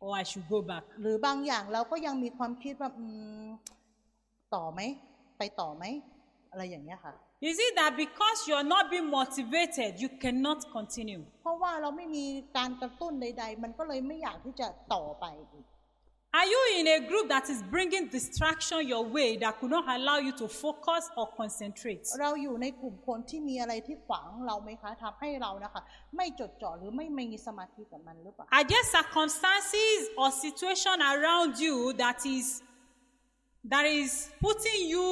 D: or I should go back?
B: หรือบางอย่างเราก็ยังมีความคิดว่าอืมต่อไหม ไปต่อไหม อะไรอย่างเงี้ยค่ะ
D: Is it that because you're not being motivated, you cannot continue?
B: เพราะว่าเราไม่มีการกระตุ้นใด ๆ มันก็เลยไม่อยากที่จะต่อไปอีก
D: Are you in a group that is bringing distraction your way that could not allow you to focus or concentrate?
B: เราอยู่ในกลุ่มคนที่มีอะไรที่ขวางเราไหมคะทำให้เรานะคะ ไม่จดจ่อหรือไม่มีสมาธิกับมันหรือเปล่า
D: Are there circumstances or situation around you that is that is putting you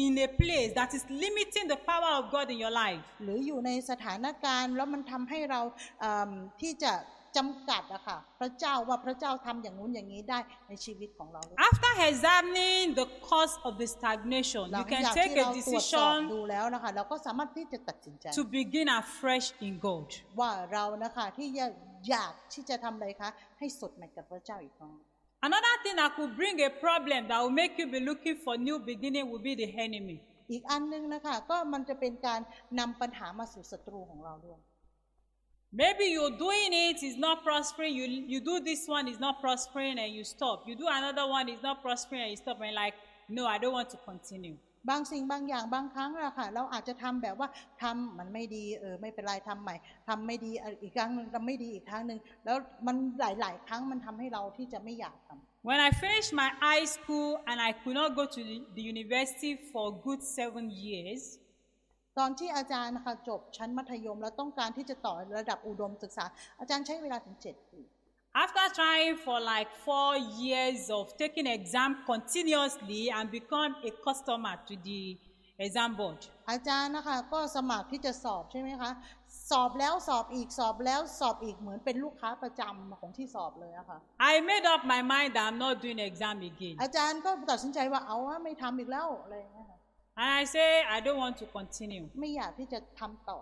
D: in a place that is limiting the power of God in your life?
B: หรืออยู่ในสถานการณ์แล้วมันทำให้เราเอิ่มที่จะจำกัดอะค่ะ พระเจ้าว่าพระเจ้าทำอย่างนู้นอย่างนี้ได้ในชีวิตของเราหรือเปล่า
D: After examining the cause of the stagnation,
B: หลั
D: you
B: ง
D: can
B: จาก
D: take
B: ที่เรา
D: a
B: ตรวจสอบ
D: decision
B: ดูแล้วนะคะ เราก็สามารถที่จะตัดสินใจ
D: to begin afresh in God.
B: ว่าเรานะคะที่อยากที่จะทำอะไรคะ ให้สดใหม่กับพระเจ้าอีกครั้ง
D: Another thing that could bring a problem that will make you be looking for new beginning will be the enemy.
B: อีกอันหนึงนะคะ ก็มันจะเป็นการนำปัญหามาสู่ศัตรูของเราด้วย
D: Maybe you're doing it, it's not prospering. You you do this one, it's not prospering, and you stop. You do another one, it's not prospering, and you stop. And like, no, I don't want to continue.
B: บางสิ่งบางอย่างบางครั้งอะค่ะ เราอาจจะทำแบบว่าทำมันไม่ดีเออไม่เป็นไรทำใหม่ทำไม่ดีเอออีกครั้งหนึ่งทำไม่ดีอีกครั้งหนึ่งแล้วมันหลาย ๆ ครั้งมันทำให้เราที่จะไม่อยากทำ
D: When I finished my high school and I could not go to the- the university for good seven years,
B: ตอนที่อาจารย์นะคะจบชั้นมัธยม แล้วต้องการที่จะต่อระดับอุดมศึกษา อาจารย์ใช้เวลาถึง 7 ปี
D: after trying for like four years of taking exam continuously and become a customer to the exam board,
B: อาจารย์นะคะก็สมัครที่จะสอบใช่ไหมคะ สอบแล้วสอบอีกสอบแล้วสอบอีกเหมือนเป็นลูกค้าประจำของที่สอบเลยอะค่ะ
D: I made up my mind that I'm not doing exam again.
B: อาจารย์ก็ตัดสินใจว่าเอาว่าไม่ทำอีกแล้วอะไรอย่างเงี้ยค่ะ
D: And I say I don't want to continue.
B: ไม่อยากที่จะทำต่อ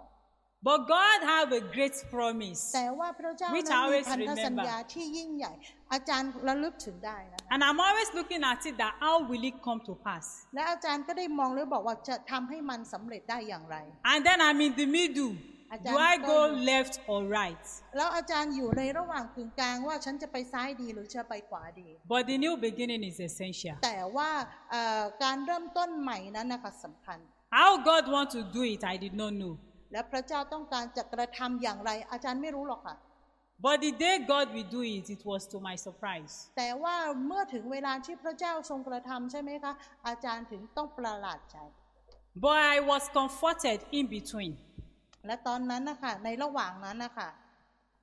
D: But God have a great promise.
B: แต่ว่าพระเจ้า
D: Which
B: นั้น
D: I
B: มี
D: always
B: พันธ
D: remember.
B: สัญญาที่ยิ่งใหญ่ อาจารย์ระลึกถึงได้นะคะ
D: And I'm always looking at it that how will it come to pass?
B: และอาจารย์ก็ได้มองแล้วบอกว่าจะทำให้มันสำเร็จได้อย่างไร
D: And then I'm in the middle. Do I go left or right?
B: แล้วอาจารย์อยู่ในระหว่างกึ่งกลางว่าฉันจะไปซ้ายดีหรือจะไปขวาดี
D: But the new beginning is essential.
B: แต่ว่าเอ่อการเริ่มต้นใหม่นั้นนะคะสำคัญ
D: How God want to do it, I did not know.
B: และพระเจ้าต้องการจะกระทำอย่างไร อาจารย์ไม่รู้หรอกค่ะ
D: But the day God will do it, it was to my surprise.
B: แต่ว่าเมื่อถึงเวลาที่พระเจ้าทรงกระทำใช่ไหมคะ อาจารย์ถึงต้องประหลาดใจ
D: But I was comforted in between.
B: และตอนนั้นนะคะในระหว่างนั้นนะคะ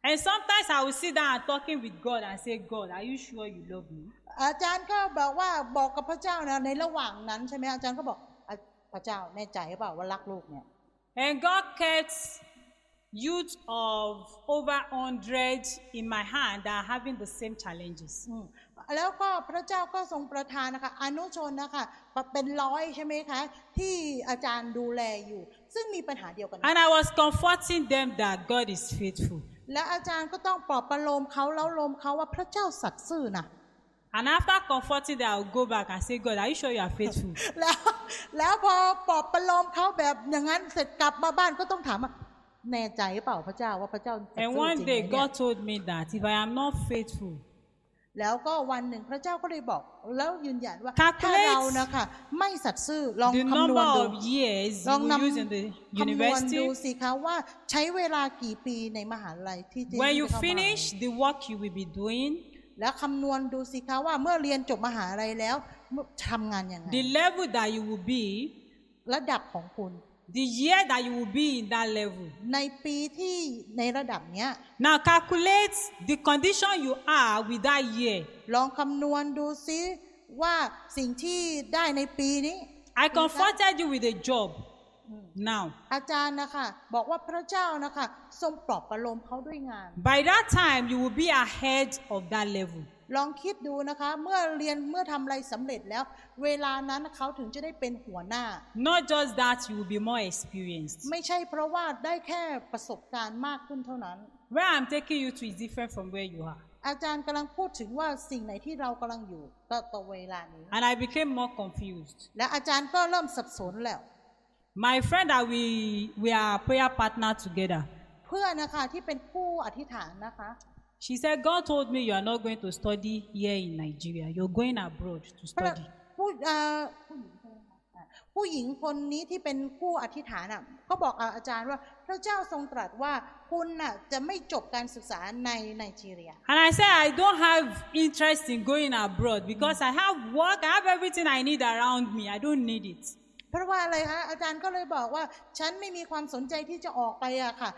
D: And sometimes I will sit down and talking with God and say, God, are you sure you love me?
B: อาจารย์ก็บอกว่าบอกกับพระเจ้านะในระหว่างนั้นใช่ไหมอาจารย์ก็บอกอ่ะพระเจ้าแน่ใจหรือเปล่าว่ารักลูกเนี่ย
D: And God kept youth of over 100 in my hand that are having the same challenges.
B: อืมแล้วก็พระเจ้าก็ทรงประทานนะคะอนุชนนะคะเป็นร้อยใช่ไหมคะที่อาจารย์ดูแลอยู่ ซึ่งมีปัญหาเดียวกัน
D: And I was comforting them that God is faithful.
B: และอาจารย์ก็ต้องปลอบประโลมเขาแล้วลมเขาว่าพระเจ้าสัตย์ซื่อนะ
D: And after comforting them, I'll go back and say, God, are you sure you are faithful?
B: (laughs) แล้วแล้วพอปลอบประโลมเขาแบบอย่างนั้นเสร็จกลับมาบ้านก็ต้องถามว่าแน่ใจหรือเปล่าพระเจ้าว่าพระเจ้าสัตย์
D: and
B: ซื่อ
D: one
B: จริ
D: day,
B: งไหมเนี่ย
D: God told me that if I am not faithful,
B: แล้วก็วันหนึ่งพระเจ้าก็เลยบอก แล้วยืนยันว่า
D: Calculate
B: ถ้าเรานะคะ ไม่สัตย์ซื่อลอง
D: the
B: คำน
D: number
B: วณดู
D: of years
B: ลอง
D: you
B: น
D: will use in the
B: ำคำนวณดู
D: university,
B: สิคะว่าใช้เวลากี่ปีในมหาลัยที่ที่
D: when you
B: ที่เข้ามา
D: finish the work you will be doing,
B: แล้วคำนวณดูสิคะว่าเมื่อเรียนจบมหาลัยแล้วทำงานยังไง
D: the level that you will be,
B: ระดับของคุณ
D: the year that you will be in that level.
B: ในปีที่ในระดับเนี้ย
D: Now calculate the condition you are with that year.
B: ลองคำนวณดูซิว่าสิ่งที่ได้ในปีนี้
D: I confronted you with a job. Now,
B: อาจารย์นะคะบอกว่าพระเจ้านะคะทรงปลอบประโลมเขาด้วยงาน
D: by that time you will be ahead of that level.
B: ลองคิดดูนะคะ เมื่อเรียนเมื่อทำอะไรสำเร็จแล้ว เวลานั้นเขาถึงจะได้เป็นหัวหน้า
D: Not just that, you will be more experienced.
B: ไม่ใช่เพราะว่าได้แค่ประสบการณ์มากขึ้นเท่านั้น
D: Where I'm taking you to is different from where you are.
B: อาจารย์กำลังพูดถึงว่าสิ่งไหนที่เรากำลังอยู่ก็ต่อเวลานี้
D: And I became more confused.
B: และอาจารย์ก็เริ่มสับสนแล้ว
D: My friend that we we are prayer partner together.
B: เพื่อนนะคะที่เป็นผู้อธิษฐานนะคะ
D: She said, God told me you are not going to study here in Nigeria. You're going abroad to
B: พระ
D: study.
B: ผู้เอ่อผู้หญิงคนนี้ที่เป็นผู้อธิษฐานอ่ะก็บอกกับอาจารย์ว่าพระเจ้าทรงตรัสว่าคุณน่ะจะไม่จบการศึกษาในไนจีเรีย
D: And I said, I don't have interest in going abroad because I have work, I have everything I need around me. I don't need it.
B: เพราะว่าอะไรคะอาจารย์ก็เลยบอกว่าฉันไม่มีความสนใจที่จะออกไปอะค่ะ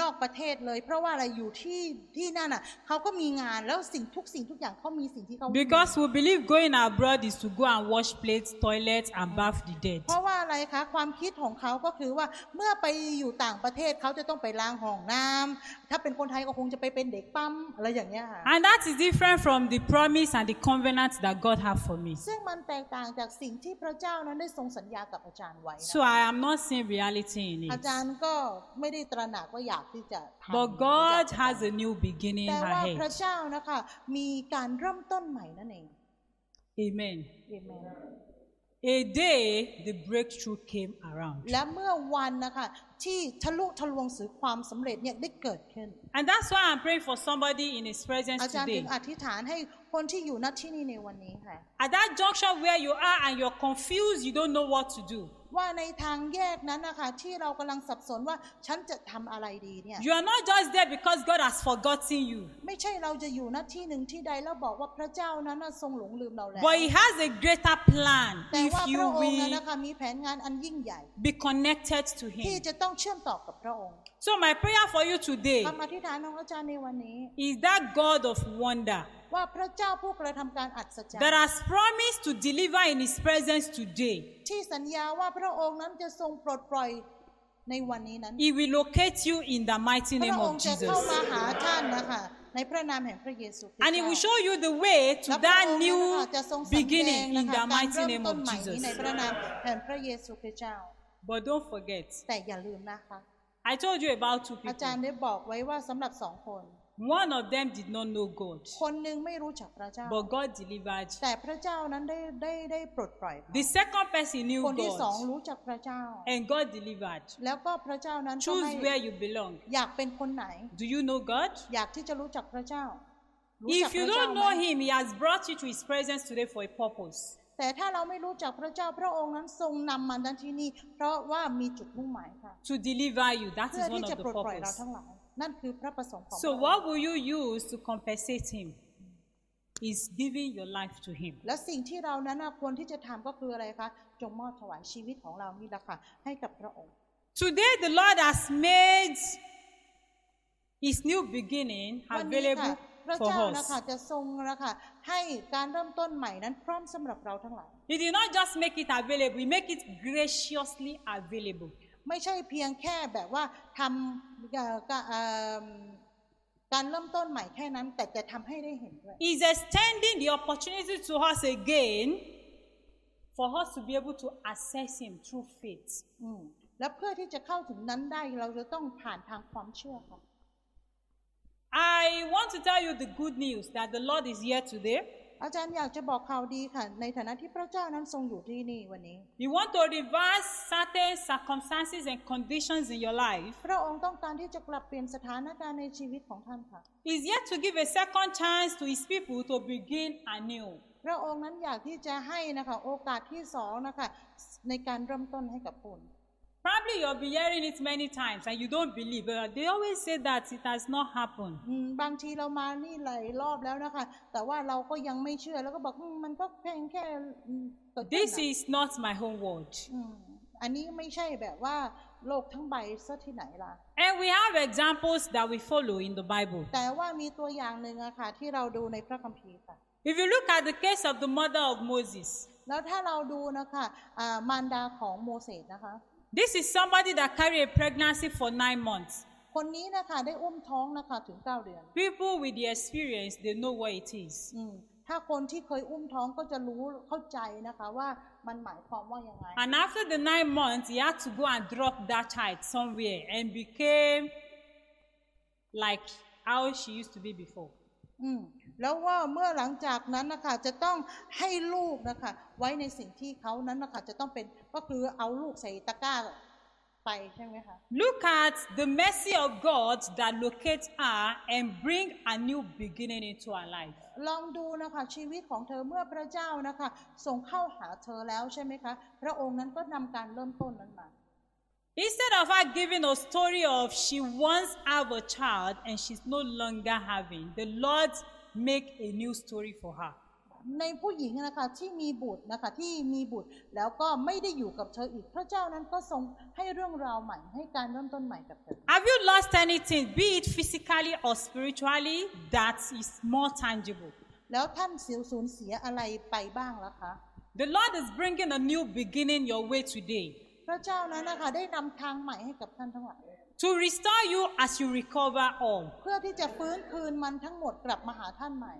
B: นอกประเทศเลย เพราะว่าอะไรอยู่ที่ที่นั่นอ่ะเขาก็มีงานแล้วสิ่งทุกสิ่งทุกอย่างเขามีสิ่งที่เขา
D: Because we believe going abroad is to go and wash plates, toilets, and bath the dead.
B: เพราะว่าอะไรคะความคิดของเขาก็คือว่าเมื่อไปอยู่ต่างประเทศเขาจะต้องไปล้างห้องน้ำถ้าเป็นคนไทยก็คงจะไปเป็นเด็กปั๊มอะไรอย่างเงี้ยค่ะ
D: And that is different from the promise and the covenant that God have for me.
B: ซึ่งมันแตกต่างจากสิ่งที่พระเจ้านั้นได้ทรงสัญญากับอาจารย์ไว้นะ
D: So I am not seeing reality in
B: อา
D: it.
B: จารย์ก็ไม่ได้ตระหนักว่าอยากที่จะทำ
D: But God has a new beginning
B: แต่ว่าพ
D: ahead.
B: ระเจ้านะคะ มีการเริ่มต้นใหม่นั่นเอง
D: Amen.
B: เอเมน
D: A day the breakthrough came around.
B: และเมื่อวันนะคะที่ทะลุทะลวงสือความสำเร็จเนี่ยได้เกิดขึ้น
D: And that's why I'm praying for somebody in his presence
B: อาจารย์
D: today.
B: ถึงอธิษฐานให้คนที่อยู่ณที่นี่ในวันนี้ค่ะ
D: At that junction where you are and you're confused, you don't know what to do.
B: ว่าในทางแยกนั้นนะคะที่เรากำลังสับสนว่าฉันจะทำอะไรดีเนี่ย
D: You are not just there because God has forgotten you,
B: ไม่ใช่เราจะอยู่ณที่หนึ่งที่ใดแล้วบอกว่าพระเจ้านั้นน่ะทรงหลงลืมเราแล้ว
D: but He has a greater plan
B: แต่
D: if
B: ว่าพ
D: you
B: ระองค์นั้น
D: will
B: นะคะมีแผนงานอันยิ่งใหญ่
D: be connected to
B: ที่
D: Him.
B: จะต้องเชื่อมต่อกับพระองค์
D: So, my prayer for you today
B: คำอธิษฐานของอาจารย์ในวันนี้
D: is that God of wonder
B: ว่าพระเจ้าผู้กระทำการอัศจรร
D: that
B: ย์
D: has promised to deliver in His presence today,
B: ที่สัญญาว่าพระองค์นั้นจะทรงปลดปล่อยในวันนี้นั้น
D: He will locate you in the mighty
B: พ
D: name
B: ระอง
D: of
B: ค์จะเข้า
D: Jesus.
B: มาหาท่านนะคะในพระนามแห่งพระเยซูคริสต์
D: And He will show you the way to
B: และพระอ
D: that
B: งค์นั้นนะคะ
D: new
B: จะทรงสำแดง
D: beginning
B: นะ
D: in
B: คะ
D: the
B: การ
D: mighty
B: เริ่ม
D: name
B: ต้น
D: of
B: ใหม่นี้ใน
D: Jesus.
B: พระนามแห่งพระเยซูคริสต์เจ้า
D: But don't forget,
B: แต่อย่าลืมนะคะ
D: I told you about two
B: อาจาร
D: people.
B: ย์ได้บอกไว้ว่าสำหรับสองคน
D: One of them did not know God,
B: คนหนึ่งไม่รู้จักพระเจ้า
D: but God delivered.
B: แต่พระเจ้านั้นได้ได้ได้ปลดปล่อยเขา
D: The second person
B: ค
D: knew
B: นที่สอง
D: God,
B: รู้จักพระเจ้า
D: and God delivered.
B: แล้วก็พระเจ้านั้นก็
D: Choose
B: ให้
D: where you belong.
B: อยากเป็นคนไหน
D: Do you know God?
B: อยากที่จะรู้จักพระเจ้ารู้จัก
D: If
B: พ
D: you
B: ระเจ้า
D: don't
B: ไห
D: know
B: ม
D: Him, He has brought you to His presence today for a purpose.
B: แต่ถ้าเราไม่รู้จักพระเจ้าพระองค์นั้นทรงนำมันนั้นที่นี่ เพราะว่ามีจุดมุ่งหมายค่ะ
D: To deliver you. That
B: เพื่อ
D: is
B: ที่
D: one
B: จะ
D: of the
B: ปลดปล่อยเรา
D: purpose.
B: ทั้งหลายนั่นคือพระประสงค์ของพระ
D: So
B: องค์
D: what will you use to compensate Him? Is giving your life to Him.
B: และสิ่งที่เรานั้นน่ะควรที่จะทำก็คืออะไรคะจงมอบถวายชีวิตของเรานี่แหละค่ะให้กับพระองค์
D: Today the Lord has made His new beginning
B: วันี้ค่ะ
D: available
B: พระ
D: for
B: เจ้านะ
D: us.
B: คะจะทรงนะคะให้การเริ่มต้นใหม่นั้นพร้อมสำหรับเราทั้งหลาย
D: He did not just make it available, he make it graciously available.
B: ไม่ใช่เพียงแค่แบบว่าทำเอ่อกะเอิ่มการเริ่มต้นใหม่แค่นั้น แต่จะทำให้ได้เห็นด้วย
D: He's extending the opportunity to us again for us to be able to access him through faith.
B: อืมและเพื่อที่จะเข้าถึงนั้นได้เราจะต้องผ่านทางความเชื่อค่ะ
D: I want to tell you the good news that the Lord is here today.
B: อาจารย์อยากจะบอกข่าวดีค่ะ ในฐานะที่พระเจ้านั้นทรงอยู่ที่นี่วันนี้
D: You want to reverse certain circumstances and conditions in your life.
B: พระองค์ต้องการที่จะกลับเปลี่ยนสถานการณ์ในชีวิตของท่านค่ะ
D: He's yet to give a second chance to his people to begin anew.
B: พระองค์นั้นอยากที่จะให้นะคะ โอกาสที่สองนะคะ ในการเริ่มต้นให้กับคุณ
D: Probably you'll be hearing it many times and you don't believe. But they always say that it has not happened.
B: อืมบางทีเรามานี่หลายรอบแล้วนะคะ แต่ว่าเราก็ยังไม่เชื่อแล้วก็บอกอมมันก็เพียงแค่อืมเกิดขึ้น
D: This
B: น่ะ
D: is not my home world.
B: อืม อันนี้ไม่ใช่แบบว่าโลกทั้งใบซะที่ไหนล่ะ
D: And we have examples that we follow in the Bible.
B: แต่ว่ามีตัวอย่างหนึ่งอะค่ะที่เราดูในพระคัมภีร์ค่ะ
D: If you look at the case of the mother of Moses,
B: แล้วถ้าเราดูนะคะอ่ามารดาของโมเสสนะคะ
D: this is somebody that carried a pregnancy for nine months.
B: คนนี้นะคะได้อุ้มท้องนะคะถึงเก้าเดือน
D: People with the experience, they know what it is.
B: อืมถ้าคนที่เคยอุ้มท้องก็จะรู้เข้าใจนะคะว่ามันหมายความว่ายังไง
D: And after the nine months, he had to go and drop that child somewhere and became like how she used to be before.
B: อืมแล้วว่าเมื่อหลังจากนั้นนะคะจะต้องให้ลูกนะคะไว้ในสิ่งที่เขานั้นนะคะจะต้องเป็นก็คือเอาลูกใส่ตะกร้าไปใช่ไหมคะ
D: Look at the mercy of God that locates her and bring a new beginning into her life.
B: ลองดูนะคะชีวิตของเธอเมื่อพระเจ้านะคะส่งเข้าหาเธอแล้วใช่ไหมคะ พระองค์นั้นก็นำการเริ่มต้นนั้นมา
D: Instead of her giving a story of she once have a child and she's no longer having, the Lord make a new story for her.
B: ในผู้หญิงนะคะที่มีบุตรนะคะที่มีบุตรแล้วก็ไม่ได้อยู่กับเธออีก พระเจ้านั้นก็ทรงให้เรื่องราวใหม่ให้การเริ่มต้นใหม่กับเธอ
D: Have you lost anything, be it physically or spiritually, that is more tangible?
B: แล้วท่านเสียสูญเสียอะไรไปบ้างล่ะคะ
D: The Lord is bringing a new beginning your way today
B: พระเจ้านั้นนะคะได้นำทางใหม่ให้กับท่านทั้งหลาย
D: to restore you as you recover all.
B: เพื่อที่จะฟื้นคืนมันทั้งหมดกลับมาหาท่านใหม่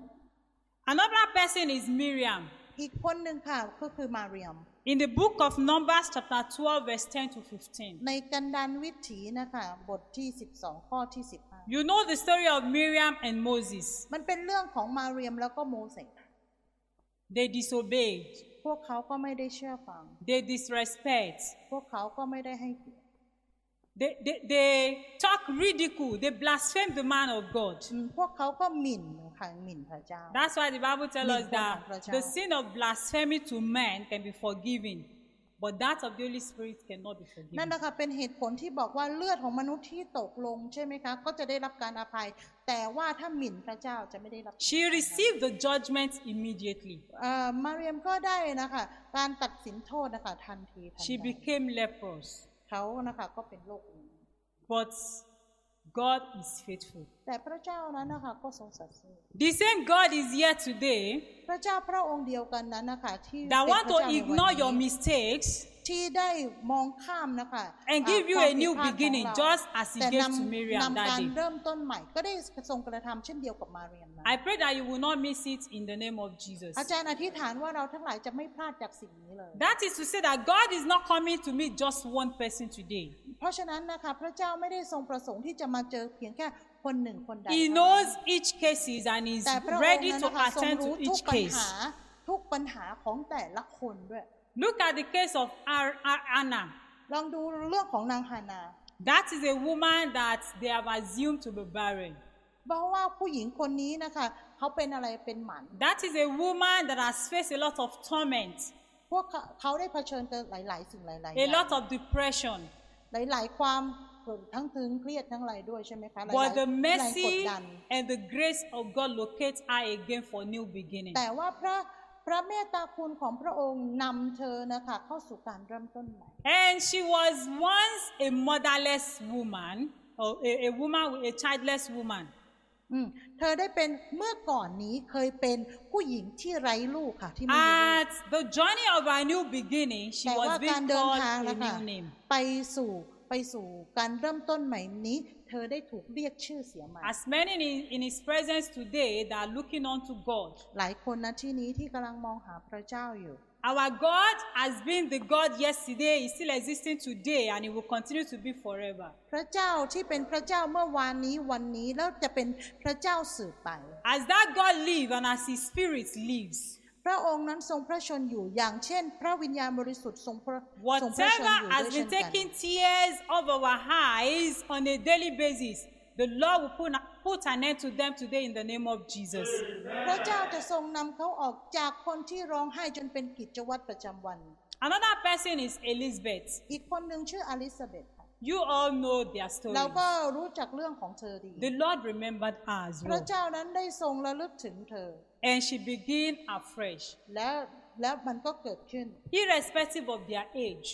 D: Another person is Miriam.
B: อีกคนหนึ่งค่ะก็คือมาเรียม
D: In the book of Numbers, chapter 12, verse 10 to 15,
B: ในกันดานวิถีนะคะบทที่ 12 ข้อที่
D: you know the story of Miriam and Moses.
B: 15 มันเป็นเรื่องของมาเรียมแล้วก็โมเสส
D: They disobeyed,
B: พวกเขาก็ไม่ได้เชื่อฟัง
D: they disrespect,
B: พวกเขาก็ไม่ได้ให้เกียรติ
D: they, they, they talk ridicule, they blaspheme the man of God.
B: อืมพวกเขาก็หมิ่นค่ะหมิ่นพระเจ้า
D: That's why the Bible tells us
B: Big
D: that
B: brother, brother.
D: the sin of blasphemy to man can be forgiven, but that of the Holy Spirit cannot be
B: นั่น
D: forgiven.
B: นะคะเป็นเหตุผลที่บอกว่าเลือดของมนุษย์ที่ตกลงใช่ไหมคะก็จะได้รับการอภัย แต่ว่าถ้าหมิ่นพระเจ้าจะไม่ได้รับ
D: She received the judgment immediately.
B: เอ่อมาเรียมก็ได้นะคะ การตัดสินโทษนะคะทันทีทัน
D: She
B: ใด
D: became leprous,
B: เขานะคะก็เป็นโรคนี้
D: but God is faithful.
B: แต่พระเจ้านั้นนะคะก็ทรงสัตย์ซื่อ
D: The same God is here today
B: พระเจ้าพระองค์เดียวกันนั้นนะคะที่เป็นพ
D: that
B: ระ
D: want
B: เจ้า
D: to
B: ใน
D: ignore your
B: วันนี้
D: mistakes
B: ที่ได้มองข้ามนะคะอ่า
D: and give you
B: ความ
D: a new
B: ผิดพลาดของเรา
D: beginning just as he
B: แต่
D: gave
B: น
D: to Miriam
B: ำ
D: that
B: นำการ
D: day.
B: เริ่มต้นใหม่ก็ได้ทรงกระทำเช่นเดียวกับมาเรียมนะ
D: I pray that you will not miss it in the name of Jesus.
B: อาจารย์อธิษฐานว่าเราทั้งหลายจะไม่พลาดจากสิ่งนี้เลย
D: That is to say that God is not coming to meet just one person today.
B: เพราะฉะนั้นนะคะพระเจ้าไม่ได้ทรงประสงค์ที่จะมาเจอเพียงแค่คนหนึ่งคนใด
D: He knows each cases and is
B: แต่พระองค์
D: ready
B: นั้น
D: to
B: นะคะทรง
D: attend
B: รู้
D: to
B: ทุก
D: each
B: ปัญ
D: case.
B: หาทุกปัญหาของแต่ละคนด้วย
D: Look at the case of Ar- Ar- Anna.
B: ลองดูเรื่องของนางฮานา
D: That is a woman that they have assumed to be barren.
B: เพราะว่าผู้หญิงคนนี้นะคะเขาเป็นอะไรเป็นหมัน
D: That is a woman that has faced a lot of torment,
B: พวกเขาเขาได้เผชิญกับหลาย ๆ สิ่งหลาย ๆ อ
D: a
B: ย่า
D: lot of depression.
B: งหลาย ๆ ความกดทั้งถึงเครียดทั้งอะไรด้วยใช่ไหมคะหลาย
D: But the
B: ๆแรงกด
D: mercy
B: ดัน
D: and the grace of God locates her again for new beginning.
B: แต่ว่าพระพระเมตตาคุณของพระองค์นำเธอนะคะเข้าสู่การเริ่มต้นใหม่
D: And she was once a motherless woman, or a, a woman, with- a childless woman.
B: อืมเธอได้เป็นเมื่อก่อนนี้เคยเป็นผู้หญิงที่ไร้ลูกค่ะที่ไม่มีลูก
D: At the journey of her new beginning, she
B: แต่ว่ากา
D: was
B: ร
D: being
B: เดิน
D: called
B: ทาง
D: a
B: นะ
D: new
B: คะ
D: name.
B: ไปสู่ไปสู่การเริ่มต้นใหม่นี้ เธอได้ถูกเรียกชื่อเสียงใหม่
D: As many in, in his presence today that are looking unto God,
B: หลายคนนะที่นี้ที่กำลังมองหาพระเจ้าอยู่
D: our God has been the God yesterday, is still existing today, and he will continue to be forever.
B: พระเจ้าที่เป็นพระเจ้าเมื่อวานนี้วันนี้แล้วจะเป็นพระเจ้าสืบไป
D: As that God lives and as his spirit lives,
B: พระองค์นั้นทรงพระชนอยู่อย่างเช่น พระวิญญาณบริสุทธิ์ทรงพระทรงพระชน
D: whatever
B: อยู่ด้วย
D: has
B: เช่
D: been
B: นกัน
D: taking tears of our eyes on a daily basis, the Lord will put, put an end to them today in the name of Jesus.
B: พระเจ้าจะทรงนำเขาออกจากคนที่ร้องไห้จนเป็นกิจวัตรประจำวัน
D: Another person is Elizabeth.
B: อีกคนหนึ่งชื่ออลิซาเบธค่ะ
D: You all know their
B: เรา
D: story.
B: ก็รู้จักเรื่องของเธอดี
D: The Lord remembered her as
B: พระ
D: well.
B: เจ้านั้นได้ทรงระลึกถึงเธอ
D: And she began afresh,
B: และและมันก็เกิดขึ้น
D: irrespective of their age.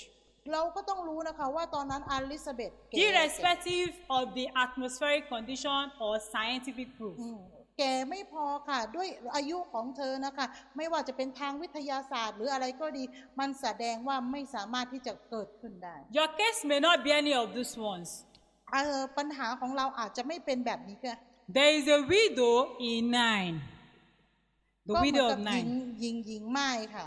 B: เราก็ต้องรู้นะคะว่าตอนนั้นอลิซาเบธแก่
D: irrespective of the atmospheric condition or scientific proof.
B: อืมแก่ไม่พอค่ะ ด้วยอายุของเธอนะคะ ไม่ว่าจะเป็นทางวิทยาศาสตร์หรืออะไรก็ดี มันแสดงว่าไม่สามารถที่จะเกิดขึ้นได้
D: Your case may not be any of these ones.
B: เอ่อปัญหาของเราอาจจะไม่เป็นแบบนี้ก็
D: There is a widow in nine,
B: ก็
D: the
B: เหมือน
D: widow
B: กั
D: of
B: บหญิง
D: nine,
B: หญิงหญิงไม่ายค่ะ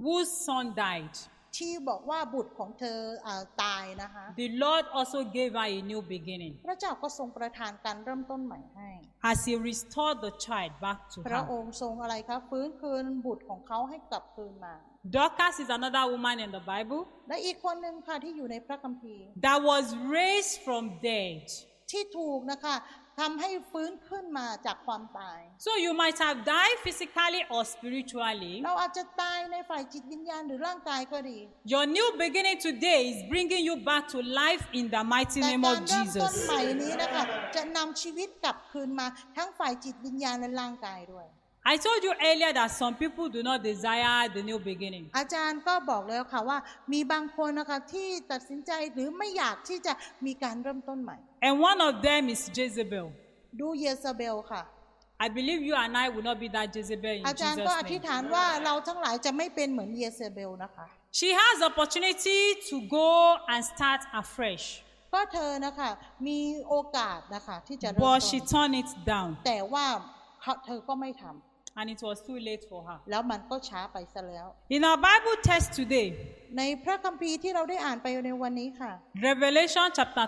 D: whose son died.
B: ที่บอกว่าบุตรของเธอเออตายนะคะ
D: The Lord also gave her a new beginning
B: พระเจ้าก็ทรงประทานการเริ่มต้นใหม่ให้
D: as He restored the child back to
B: พระอ
D: her.
B: งค์ทรงอะไรคะฟื้นคืนบุตรของเขาให้กลับคืนมา
D: Dorcas is another woman in the Bible
B: และอีกคนหนึ่งค่ะที่อยู่ในพระคัมภีร์
D: that was raised from dead.
B: ที่ถูกนะคะทำให้ฟื้นขึ้นมาจากความตาย
D: So you might have died physically or spiritually.
B: เราอาจจะตายในฝ่ายจิตวิญญาณหรือร่างกายก็ดี
D: Your new beginning today is bringing you back to life in the mighty
B: แต่
D: name
B: การ
D: of
B: เริ่มต้น
D: Jesus.
B: ใหม่นี้นะคะ จะนำชีวิตกลับคืนมาทั้งฝ่ายจิตวิญญาณและร่างกายด้วย
D: I told you earlier that some people do not desire the new beginning.
B: อาจารย์ก็บอกแล้วค่ะว่า มีบางคนนะคะที่ตัดสินใจหรือไม่อยากที่จะมีการเริ่มต้นใหม่
D: And one of them is Jezebel.
B: ดูเยซาเบลค่ะ
D: I believe you and I will not be that Jezebel in
B: อาจารย์ก็อ
D: Jesus'
B: ธิษ
D: name.
B: ฐานว่าเราทั้งหลายจะไม่เป็นเหมือนเยซาเบลนะคะ
D: She has opportunity to go and start afresh,
B: ก็เธอนะคะมีโอกาสนะคะที่จะเริ่ม
D: but
B: ต้
D: she
B: น
D: turned it down,
B: แต่ว่าเขาเธอก็ไม่ทำ
D: and it was too late for her.
B: แล้วมันก็ช้าไปซะแล้ว
D: In our Bible text today,
B: ในพระคัมภีร์ที่เราได้อ่านไปในวันนี้ค่ะ
D: Revelation chapter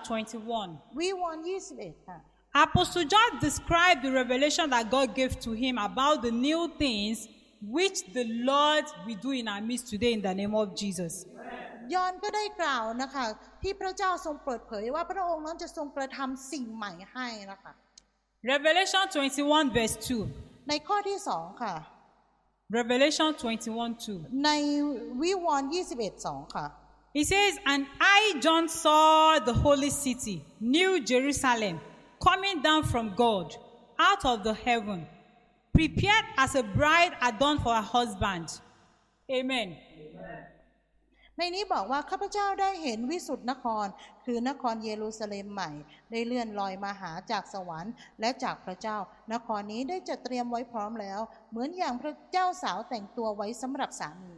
D: 21,
B: วิวรณ์21 ค่ะ
D: Apostle John described the revelation that God gave to him about the new things which the Lord will do in our midst today in the name of Jesus.
B: ยอห์นก็ได้กล่าวนะคะ ที่พระเจ้าทรงเปิดเผยว่าพระองค์นั้นจะทรงกระทำสิ่งใหม่ให้นะคะ
D: Revelation 21, verse 2.
B: ในข้อที่สองค่ะ
D: Revelation 21, 2.
B: ในวิวรณ์21 2 ค่ะ
D: He says, And I, John, saw the holy city, New Jerusalem, coming down from God out of the heaven, prepared as a bride adorned for her husband. Amen.
B: ในนี้บอกว่าข้าพเจ้าได้เห็นวิสุทธนคร คือนครเยรูซาเล็มใหม่ ได้เลื่อนลอยมาหาจากสวรรค์ และจากพระเจ้า นครนี้ได้จัดเตรียมไว้พร้อมแล้ว เหมือนอย่างพระเจ้าสาวแต่งตัวไว้สำหรับสามี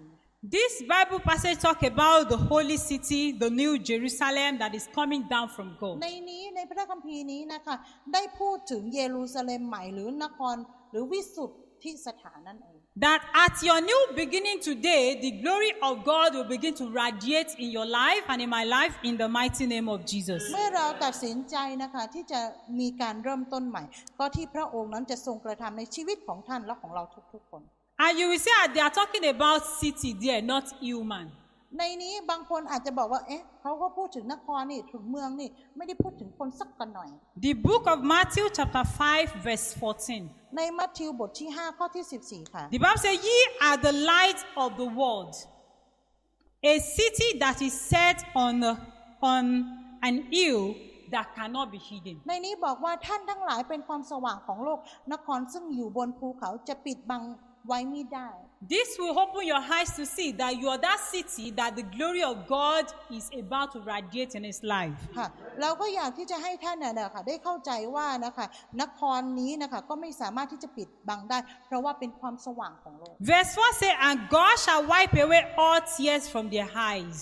D: This Bible passage talk about the holy city, the new Jerusalem that is coming down from God.
B: ในนี้ในพระคัมภีร์นี้นะคะ ได้พูดถึงเยรูซาเล็มใหม่หรือนครหรือวิสุทธิสถานนั่นเอง
D: That at your new beginning today, the glory of God will begin to radiate in your life and in my life in the mighty name of Jesus.
B: เมื่อเราตัดสินใจนะคะที่จะมีการเริ่มต้นใหม่ ก็ที่พระองค์นั้นจะทรงกระทำในชีวิตของท่านและของเราทุกๆคน
D: And you will see that they are talking about city there, not human.
B: ในนี้บางคนอาจจะบอกว่า เอ๊ะเขาก็พูดถึงนครนี่ถึงเมืองนี่ ไม่ได้พูดถึงคนสักกันหน่อย
D: The book of Matthew, chapter 5, verse 14.
B: ในมัทธิวบทที่ 5 ข้อที่ 14 ค่ะ
D: The Bible says, Ye are the light of the world, a city that is set on, a- on an hill that cannot be hidden.
B: ในนี้บอกว่าท่านทั้งหลายเป็นความสว่างของโลก นครซึ่งอยู่บนภูเขาจะปิดบังไว้ไม่ได้
D: This will open your eyes to see that you are that city that the glory of God is about to radiate in its life.
B: ค่ะเราก็อยากที่จะให้ท่านน่ะนะคะได้เข้าใจว่านะคะนครนี้นะคะก็ไม่สามารถที่จะปิดบังได้ เพราะว่าเป็นความสว่างของโลก
D: Verse 1 says, And God shall wipe away all tears from their eyes.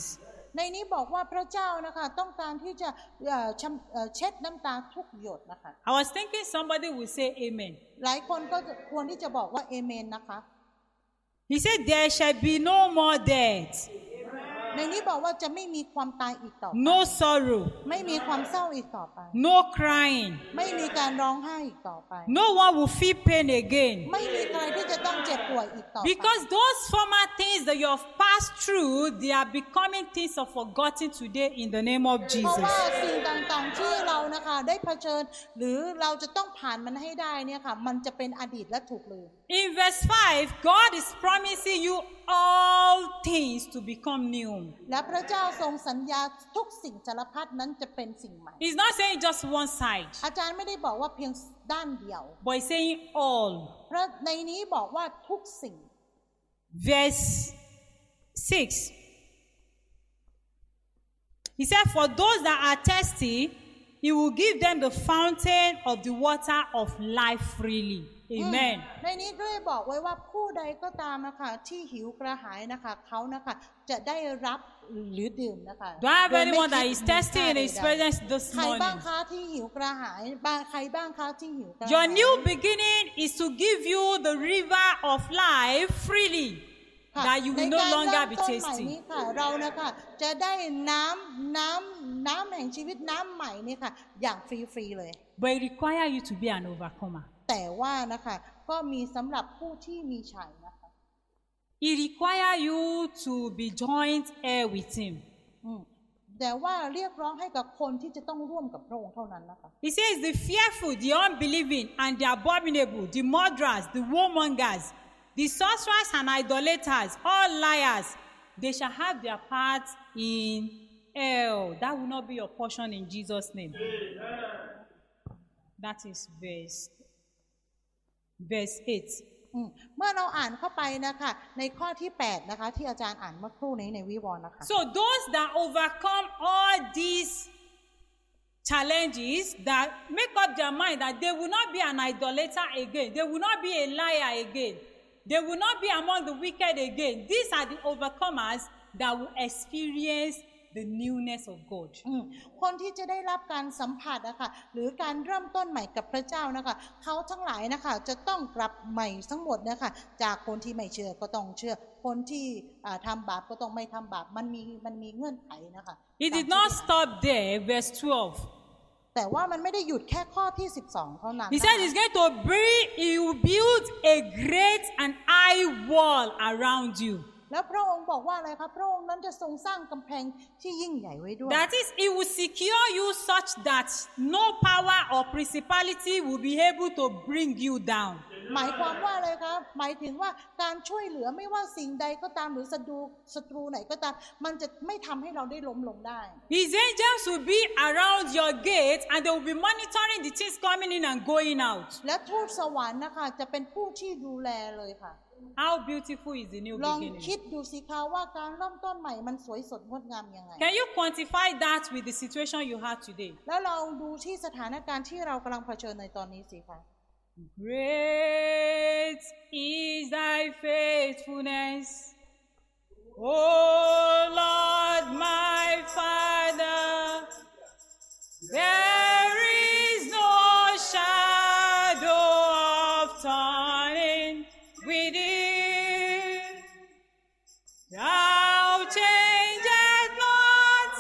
B: ในนี้บอกว่าพระเจ้านะคะต้องการที่จะเอ่อชำเอ่อเช็ดน้ำตาทุกหยดนะคะ
D: I was thinking somebody will say amen.
B: หลายคนก็ควรที่จะบอกว่าเอเมนนะคะ
D: He said, There shall be no more death,
B: ในนี้บอกว่าจะไม่มีความตายอีกต่อไป
D: no sorrow,
B: ไม่มีความเศร้าอีกต่อไป
D: no crying.
B: ไม่มีการร้องไห้อีกต่อไป
D: No one will feel pain again.
B: ไม่มีใครที่จะต้องเจ็บป่วยอีกต่อไป
D: Because those former things that you have passed through, they are becoming things of forgotten today in the name of
B: เพราะ
D: Jesus.
B: ว่าสิ่งต่างๆที่เรานะคะได้เผชิญ หรือเราจะต้องผ่านมันให้ได้เนี่ยค่ะ มันจะเป็นอดีตและถูกลืม
D: In verse 5, God is promising you all things to become new.
B: และพระเจ้าทรงสัญญาทุกสิ่งสารพัดนั้นจะเป็นสิ่งใหม่
D: He's not saying just one side,
B: อาจารย์ไม่ได้บอกว่าเพียงด้านเดียว
D: but he's saying all.
B: เพราะในนี้บอกว่าทุกสิ่ง
D: Verse 6 He said, For those that are thirsty, he will give them the fountain of the water of life freely.
B: Hmm.
D: Amen.
B: ในนี้ก็ได้บอกไว้ว่าผู้ใดก็ตามนะคะที่หิวกระหายนะคะเขานะคะจะได้รับหรือดื่มนะคะ
D: Do I have
B: โดยไม่
D: anyone that
B: คิด
D: is thirsty in
B: มูลค่า
D: his
B: ใดๆ
D: presence this
B: ใครบ้าง
D: morning?
B: คะที่หิวกระหายบ้างใครบ้างคะที่หิวกระหาย
D: Your new beginning is to give you the river of life freely,
B: ค่ะ
D: that you will
B: ใน
D: no
B: การ
D: longer be
B: เริ่มต้นใหม่
D: thirsty.
B: นี้ค่ะเรานะคะจะได้น้ำน้ำน้ำแห่งชีวิตน้ำใหม่นี่ค่ะ อย่างฟรีๆเลย
D: But it requires you to be an overcomer.
B: แต่ว่านะคะก็มีสำหรับผู้ที่มีชัยนะคะ
D: It requires you to be joint heir with him.
B: อืมแต่ว่าเรียกร้องให้กับคนที่จะต้องร่วมกับพระองค์เท่านั้นนะคะ
D: He says, The fearful, the unbelieving, and the abominable, the murderers, the warmongers, the sorcerers and idolaters, all liars, they shall have their part in hell. That will not be your portion in Jesus' name. That is verse, verse 8.
B: อืมเมื่อเราอ่านเข้าไปนะคะ ในข้อที่ 8 นะคะ ที่อาจารย์อ่านเมื่อครู่นี้ในวิวรณ์นะคะ
D: So those that overcome all these challenges that make up their mind that they will not be an idolater again, they will not be a liar again, they will not be among the wicked again. These are the overcomers that will experience the newness of God.
B: อืมคนที่จะได้รับการสัมผัสนะคะหรือการเริ่มต้นใหม่กับพระเจ้านะคะเขาทั้งหลายนะคะจะต้องกลับใหม่ทั้งหมดนะคะจากคนที่ไม่เชื่อก็ต้องเชื่อ คนที่อ่าทำาบาปก็ต้องไม่ทำบาปมันมีมันมีเงื่อนไขนะคะ
D: He
B: ตาม
D: did
B: ที่
D: not
B: ได้อ่าน
D: stop there, verse 12.
B: แต่ว่ามันไม่ได้หยุดแค่ข้อที่ 12 เท่านั้น
D: He
B: นะ
D: said
B: คะ
D: he's going to build, he will build a great and high wall around you.
B: แล้วพระองค์บอกว่าอะไรคะพระองค์นั้นจะทรงสร้างกำแพงที่ยิ่งใหญ่ไว้ด้วย
D: That is, it will secure you such that no power or principality will be able to bring you down.
B: หมายความว่าอะไรครับ หมายถึงว่าการช่วยเหลือไม่ว่าสิ่งใดก็ตามหรือศัตรูศัตรูไหนก็ตาม มันจะไม่ทำให้เราได้ล้มลงได้
D: His angels will be around your gate and they will be monitoring the things coming in and going out.
B: และทูตสวรรค์นะคะ จะเป็นผู้ที่ดูแลเลยค่ะ
D: How beautiful is the new
B: ลอง
D: beginning?
B: คิดดูสิคะว่าการเริ่มต้นใหม่มันสวยสดงดงามยังไง
D: Can you quantify that with the situation you have today?
B: แล้วเราดูที่สถานการณ์ที่เรากำลังเผชิญในตอนนี้สิคะ
D: Great is thy faithfulness, O Lord my Father. There is no shadow of turning with thee. Thou changest not,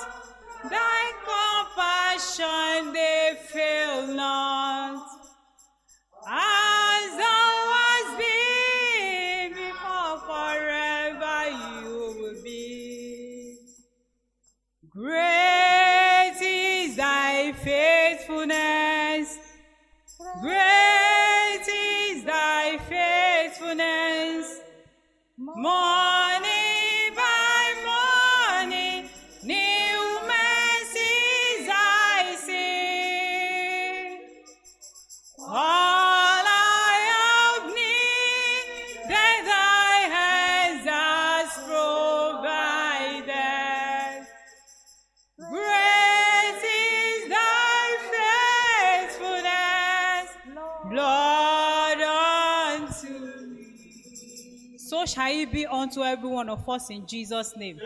D: thy compassion they fail not. As thou hast been before, forever you will be. Great is thy faithfulness. Great is thy faithfulness. Morning by morning, new mercies I see. All I have need, that thy hands has provided. Great is thy faithfulness, Lord, unto me. So shall it be unto every one of us in Jesus' name.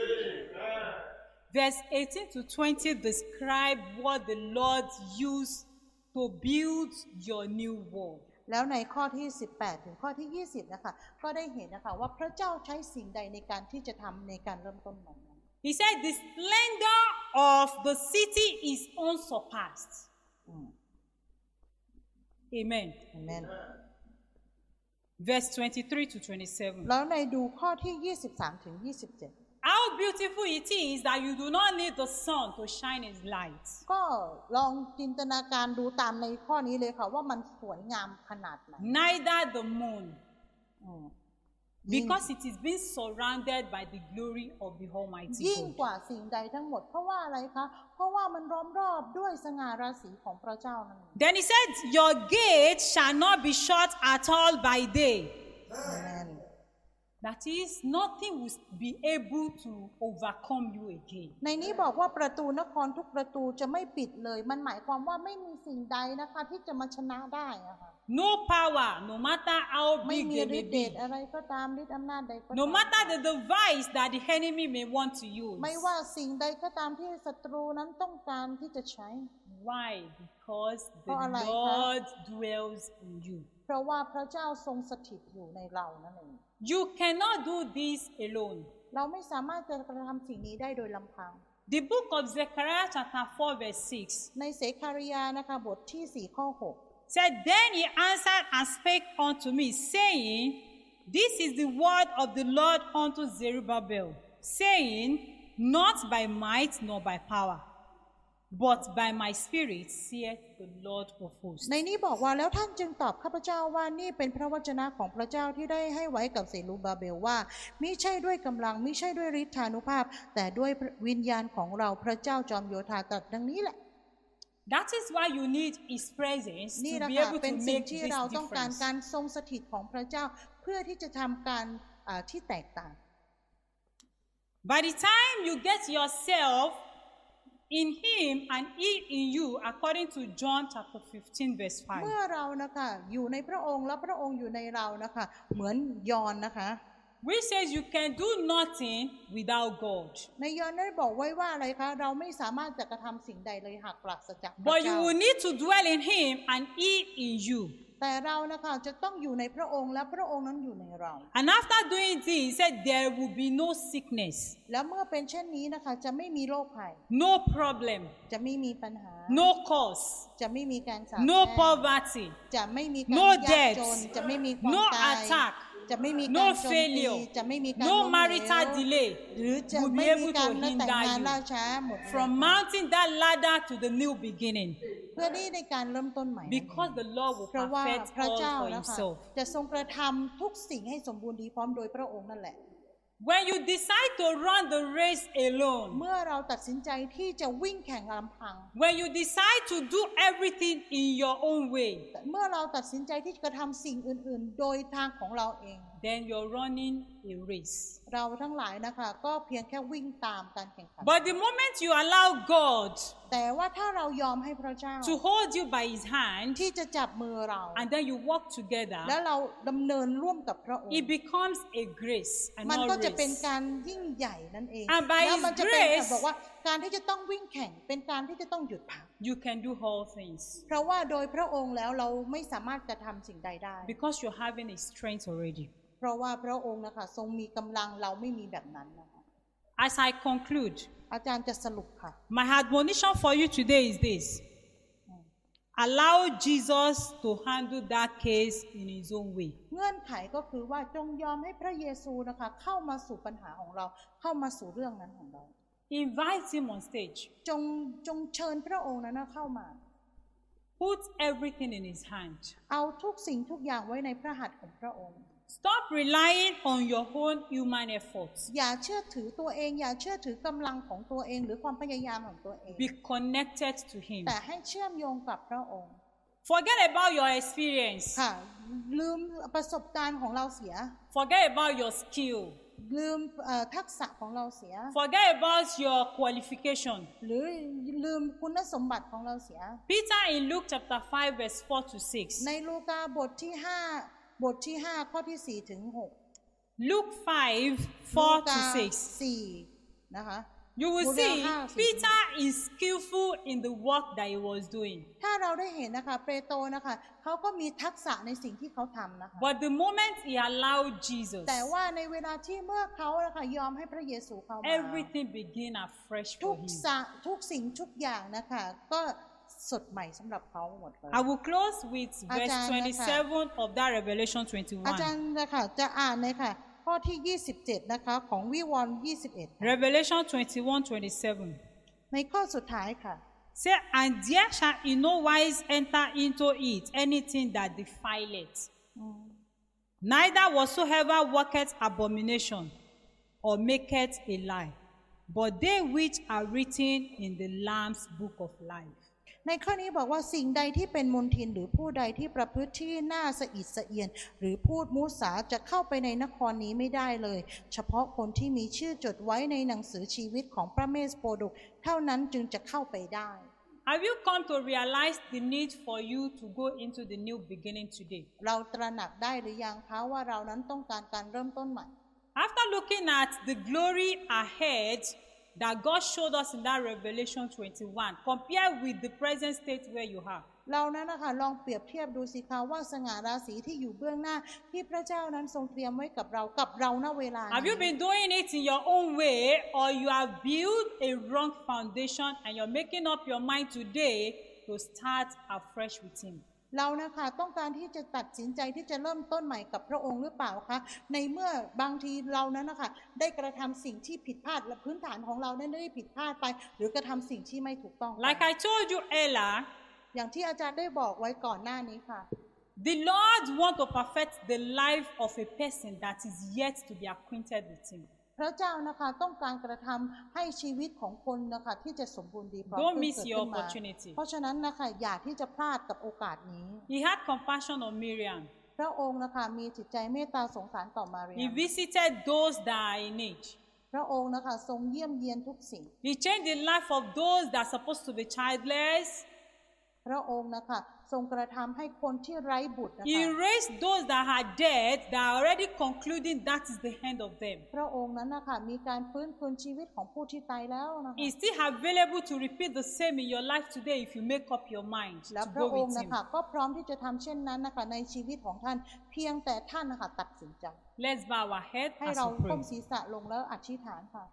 D: Verse 18 to 20 describe what the Lord used to build your new wall.
B: แล้วในข้อที่ 18 ถึงข้อที่ 20 นะคะ ก็ได้เห็นนะคะว่าพระเจ้าใช้สิ่งใดในการที่จะทำในการเริ่มต้นใหม่
D: He said, The splendor of the city is unsurpassed. Hmm. Amen.
B: อเมน
D: Verse 23 to 27.
B: แล้วในดูข้อที่ 23 ถึง 27
D: How beautiful it is that you do not need the sun to shine its light.
B: ก็ลองจินตนาการดูตามในข้อนี้เลยค่ะ ว่ามันสวยงามขนาดไหน
D: Neither the moon,
B: อืม Mm.
D: because it is being surrounded by the glory of the Almighty
B: ยิ่ง
D: God.
B: กว่าสิ่งใดทั้งหมด เพราะว่าอะไรคะ เพราะว่ามันล้อมรอบด้วยสง่าราศีของพระเจ้านั่นเอง
D: Then he said, Your gate shall not be shut at all by day,
B: อาเมน
D: That is, nothing will be able to overcome you again.
B: ในนี้บอกว่าประตูนครทุกประตูจะไม่ปิดเลย มันหมายความว่าไม่มีสิ่งใดนะคะ ที่จะมาชนะได้อะค่ะ
D: No power, no matter how
B: ไม่
D: big
B: มี
D: they
B: ฤ
D: may
B: ทธิ์เด
D: be,
B: ชอะไรก็ตามฤทธิ์อำนาจใดก็ตาม
D: no matter the device that the enemy may want to use.
B: ไม่ว่าสิ่งใดก็ตามที่ศัตรูนั้นต้องการที่จะใช้
D: Why? Because the
B: Or like, huh?
D: Lord dwells in you.
B: เพราะว่าพระเจ้าทรงสถิตอยู่ในเรานั่นเอง
D: You cannot do this alone.
B: เราไม่สามารถจะกระทำสิ่งนี้ได้โดยลำพัง
D: The book of Zechariah chapter 4 verse 6
B: ในเสคาริยานะคะบทที่ 4 ข้อ
D: said, Then he answered and spake unto me, saying, This is the word of the Lord unto Zerubbabel, saying, Not by might nor by power, but by my spirit, saith the Lord of
B: 6
D: hosts.
B: ในนี้บอกว่าแล้วท่านจึงตอบข้าพเจ้าว่านี่เป็นพระวจนะของพระเจ้าที่ได้ให้ไว้กับเซรูบาเบลว่ามิใช่ด้วยกำลังมิใช่ด้วยฤทธานุภาพ แต่ด้วยวิญญาณของเราพระเจ้าจอมโยธาตรัสดังนี้แหละ
D: That is why you need his presence
B: นี่
D: to
B: นะ
D: be
B: คะ
D: able
B: เป็
D: to
B: นสิ่ง
D: make
B: ที่
D: this
B: เราต้องการ
D: difference.
B: การทรงสถิตของพระเจ้าเพื่อที่จะทำการอ่าที่แตกต่าง
D: By the time you get yourself in him and he in you, according to John chapter 15, verse 5,
B: เมื่อเรานะคะอยู่ในพระองค์และพระองค์อยู่ในเรานะคะ เหมือนยอห์นนะคะ
D: which says you can do nothing without God.
B: ในยอห์นได้บอกไว้ว่าอะไรคะ เราไม่สามารถจะกระทำสิ่งใดเลยหากปราศจากพระ
D: But you
B: เจ้า
D: will need to dwell in him and he in you.
B: แต่เรานะคะจะต้องอยู่ในพระองค์และพระองค์นั้นอยู่ในเรา
D: And after doing this, he said, There will be no sickness,
B: และเมื่อเป็นเช่นนี้นะคะ จะไม่มีโรคภัย
D: no problem,
B: จะไม่มีปัญหา
D: no cause,
B: จะไม่มีการสาป
D: no
B: แช่ง
D: poverty.
B: จะไม่มีการ
D: No
B: ยากจน
D: debts.
B: จะไม่มีความ
D: No
B: ตาย
D: attack.
B: จะไม่มีกา
D: No
B: รโจมตี
D: failure.
B: จะไม่มีการ
D: No
B: ล้มเหลว
D: marital delay
B: หรือจะ
D: will be
B: ไม่มี
D: able
B: การ
D: to
B: แต่งงาน
D: hinder
B: ล่า
D: you
B: ช้าหมดเลย
D: from mounting that ladder to the new beginning.
B: เพื่อที่ในการเริ่มต้นใหม่
D: Because the Lord will
B: เพราะว่า
D: perfect
B: พระ
D: all
B: เจ้า
D: for
B: นะคะ
D: Himself.
B: จะทรงกระทำทุกสิ่งให้สมบูรณ์ดีพร้อมโดยพระองค์นั่นแหละ
D: When you decide to run the race alone,
B: เมื่อเราตัดสินใจที่จะวิ่งแข่งลำพัง
D: when you decide to do everything in your own way,
B: เมื่อเราตัดสินใจที่จะกระทำสิ่งอื่น ๆ โดยทางของเราเอง
D: then you're running a race.
B: เราทั้งหลายนะคะ ก็เพียงแค่วิ่งตามการแข่งขัน
D: But the moment you allow God
B: แต่ว่าถ้าเรายอมให้พระเจ้า
D: to hold you by His hand
B: ที่จะจับมือเรา
D: and then you walk
B: และ
D: together,
B: เราดำเนินร่วมกับพระองค์
D: it becomes a grace and
B: มันก็
D: not
B: จะเป็น
D: race.
B: การยิ่งใหญ่นั่นเอง
D: And by
B: แล้วมั
D: His
B: จะเป็นการ
D: grace
B: บอกว่าการที่จะต้องวิ่งแข่งเป็นการที่จะต้องหยุดพัก
D: You can do all things
B: เพราะว่าโดยพระองค์แล้วเราไม่สามารถจะทำสิ่งใดได้
D: because you're having a strength already.
B: เพราะว่าพระองค์นะคะทรงมีกำลังเราไม่มีแบบนั้นนะคะ
D: As I conclude,
B: อาจารย์จะสรุปค่ะ
D: My admonition for you today is this allow Jesus to handle that case in his own way.
B: เงื่อนไขก็คือว่าจงยอมให้พระเยซูนะคะ เข้ามาสู่ปัญหาของเรา เข้ามาสู่เรื่องนั้นของเรา
D: Invite him on stage,
B: จงจงเชิญพระองค์นั้นนะเข้ามา
D: put everything in his hand.
B: เอาทุกสิ่งทุกอย่างไว้ในพระหัตถ์ของพระองค์
D: Stop relying on your own human efforts.
B: อย่าเชื่อถือตัวเอง อย่าเชื่อถือกำลังของตัวเอง หรือความพยายามของตัวเอง
D: Be connected to him.
B: แต่ให้เชื่อมโยงกับพระองค์
D: Forget about your experience,
B: ค่ะ ลืมประสบการณ์ของเราเสีย
D: forget about your skill,
B: ลืมเอ่อทักษะของเราเสีย
D: forget about your qualification.
B: หรือลืมคุณสมบัติของเราเสีย
D: Peter in Luke chapter 5, verse 4 to 6.
B: ในลูกาบทที่ 5 บทที่ 5 ข้อที่ 4 ถึง6
D: Luke 5, 4 to
B: ลูกา
D: 6.
B: 4นะคะ
D: You will
B: Muriel
D: see
B: has it.
D: Peter is skillful in the work that he was doing.
B: ถ้าเราได้เห็นนะคะ เปโตรนะคะเขาก็มีทักษะในสิ่งที่เขาทำนะคะ
D: But the moment he allowed Jesus,
B: แต่ว่าในเวลาที่เมื่อเขานะคะยอมให้พระเยซูเข้ามา
D: everything began afresh
B: ทุ
D: for
B: ก
D: him.
B: สะทุกสิ่งทุกอย่างนะคะ ก็สดใหม่สำหรับเขาหมดเลย
D: I will close with verse
B: Ajahn,
D: 27 of that Revelation
B: อาจาร
D: 21.
B: ย์นะคะจะอ่านเลยค่ะข้อที่ 27 นะคะ ของวิวรณ์21
D: Revelation 21 27.
B: ในข้อสุดท้ายค่ะ
D: Say, and there shall in no wise enter into it anything that defileth, neither whatsoever worketh abomination, or maketh a lie, but they which are written in the Lamb's book of life.
B: ในข้อนี้บอกว่าสิ่งใดที่เป็นมลทินหรือผู้ใดที่ประพฤติที่น่าสะอิดสะเอียน หรือพูดมุสาจะเข้าไปในนครนี้ไม่ได้เลย เฉพาะคนที่มีชื่อจดไว้ในหนังสือชีวิตของพระเมสโปดก เท่านั้นจึงจะเข้าไปได้
D: Have you come to realize the need for you to go into the new beginning today?
B: เราตระหนักได้หรือยังคะว่าเรานั้นต้องการการเริ่มต้นใหม่
D: After looking at the glory ahead that God showed us in that Revelation 21, compare with the present state where you are.
B: เรานั้นนะคะลองเปรียบเทียบดูสิคะว่าสง่าราศีที่อยู่เบื้องหน้า ที่พระเจ้านั้นทรงเตรียมไว้กับเรากับเราณเวลา
D: Have you
B: นี้
D: been doing it in your own way, or you have built a wrong foundation and you're making up your mind today to start afresh with Him?
B: เรานะคะต้องการที่จะตัดสินใจที่จะเริ่มต้นใหม่กับพระองค์หรือเปล่าคะในเมื่อบางทีเรานั้นนะคะได้กระทำสิ่งที่ผิดพลาดและพื้นฐานของเรานั้นได้ผิดพลาดไป หรือกระทำสิ่งที่ไม่ถูกต้องไป
D: Like I told you earlier,
B: อย่างที่อาจารย์ได้บอกไว้ก่อนหน้านี้ค่ะ
D: the Lord wants to perfect the life of a person that is yet to be acquainted with Him.
B: พระเจ้านะคะต้องการกระทำให้ชีวิตของคนนะคะที่จะสมบูรณ์ดีพร้อม
D: Don't
B: ขึ้น
D: miss
B: เกิด
D: your
B: ขึ้นมา
D: opportunity.
B: เพราะฉะนั้นนะคะอย่าที่จะพลาดกับโอกาสนี้
D: He had compassion on Miriam.
B: พระองค์นะคะมีจิตใจเมตตาสงสารต่อมาเรีย
D: He visited those that are in need.
B: พระองค์นะคะทรงเยี่ยมเยียนทุกสิ่ง
D: He changed the life of those that are supposed to be childless.
B: พระองค์นะคะทรงกระทำให้คนที่ไร้บุตรนะ
D: He
B: คะ
D: raised those that are dead, that are already concluding that is the end of them.
B: พระองค์นั้นนะคะมีการฟื้นคืนชีวิตของผู้ที่ตายแล้วนะคะ
D: It's still available to repeat the same in your life today if you make up your mind
B: และ
D: to
B: พ
D: go
B: ระองค์
D: with
B: นะ
D: Him.
B: คะก็พร้อมที่จะทำเช่นนั้นนะคะในชีวิตของท่าน เพียงแต่ท่านนะคะตัดสินใจ
D: Let's bow our head
B: ให้
D: as
B: เรา
D: we
B: ก้
D: pray.
B: มศีรษะลงแล้วอธิษฐานค่ะ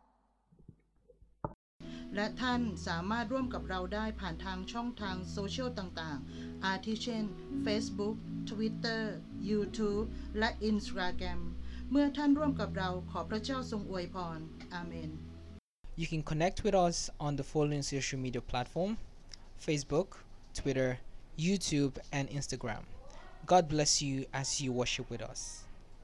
B: และท่านสามารถร่วมกับเราได้ผ่านทางช่องทางโซเชียลต่างๆ อาทิเช่น Facebook Twitter YouTube และ Instagram เมื่อท่านร่วมกับเราขอพระเจ้าทรงอวยพร อาเมน
A: You can connect with us on the following social media platform Facebook, Twitter, YouTube, and Instagram. God bless you as you worship with us.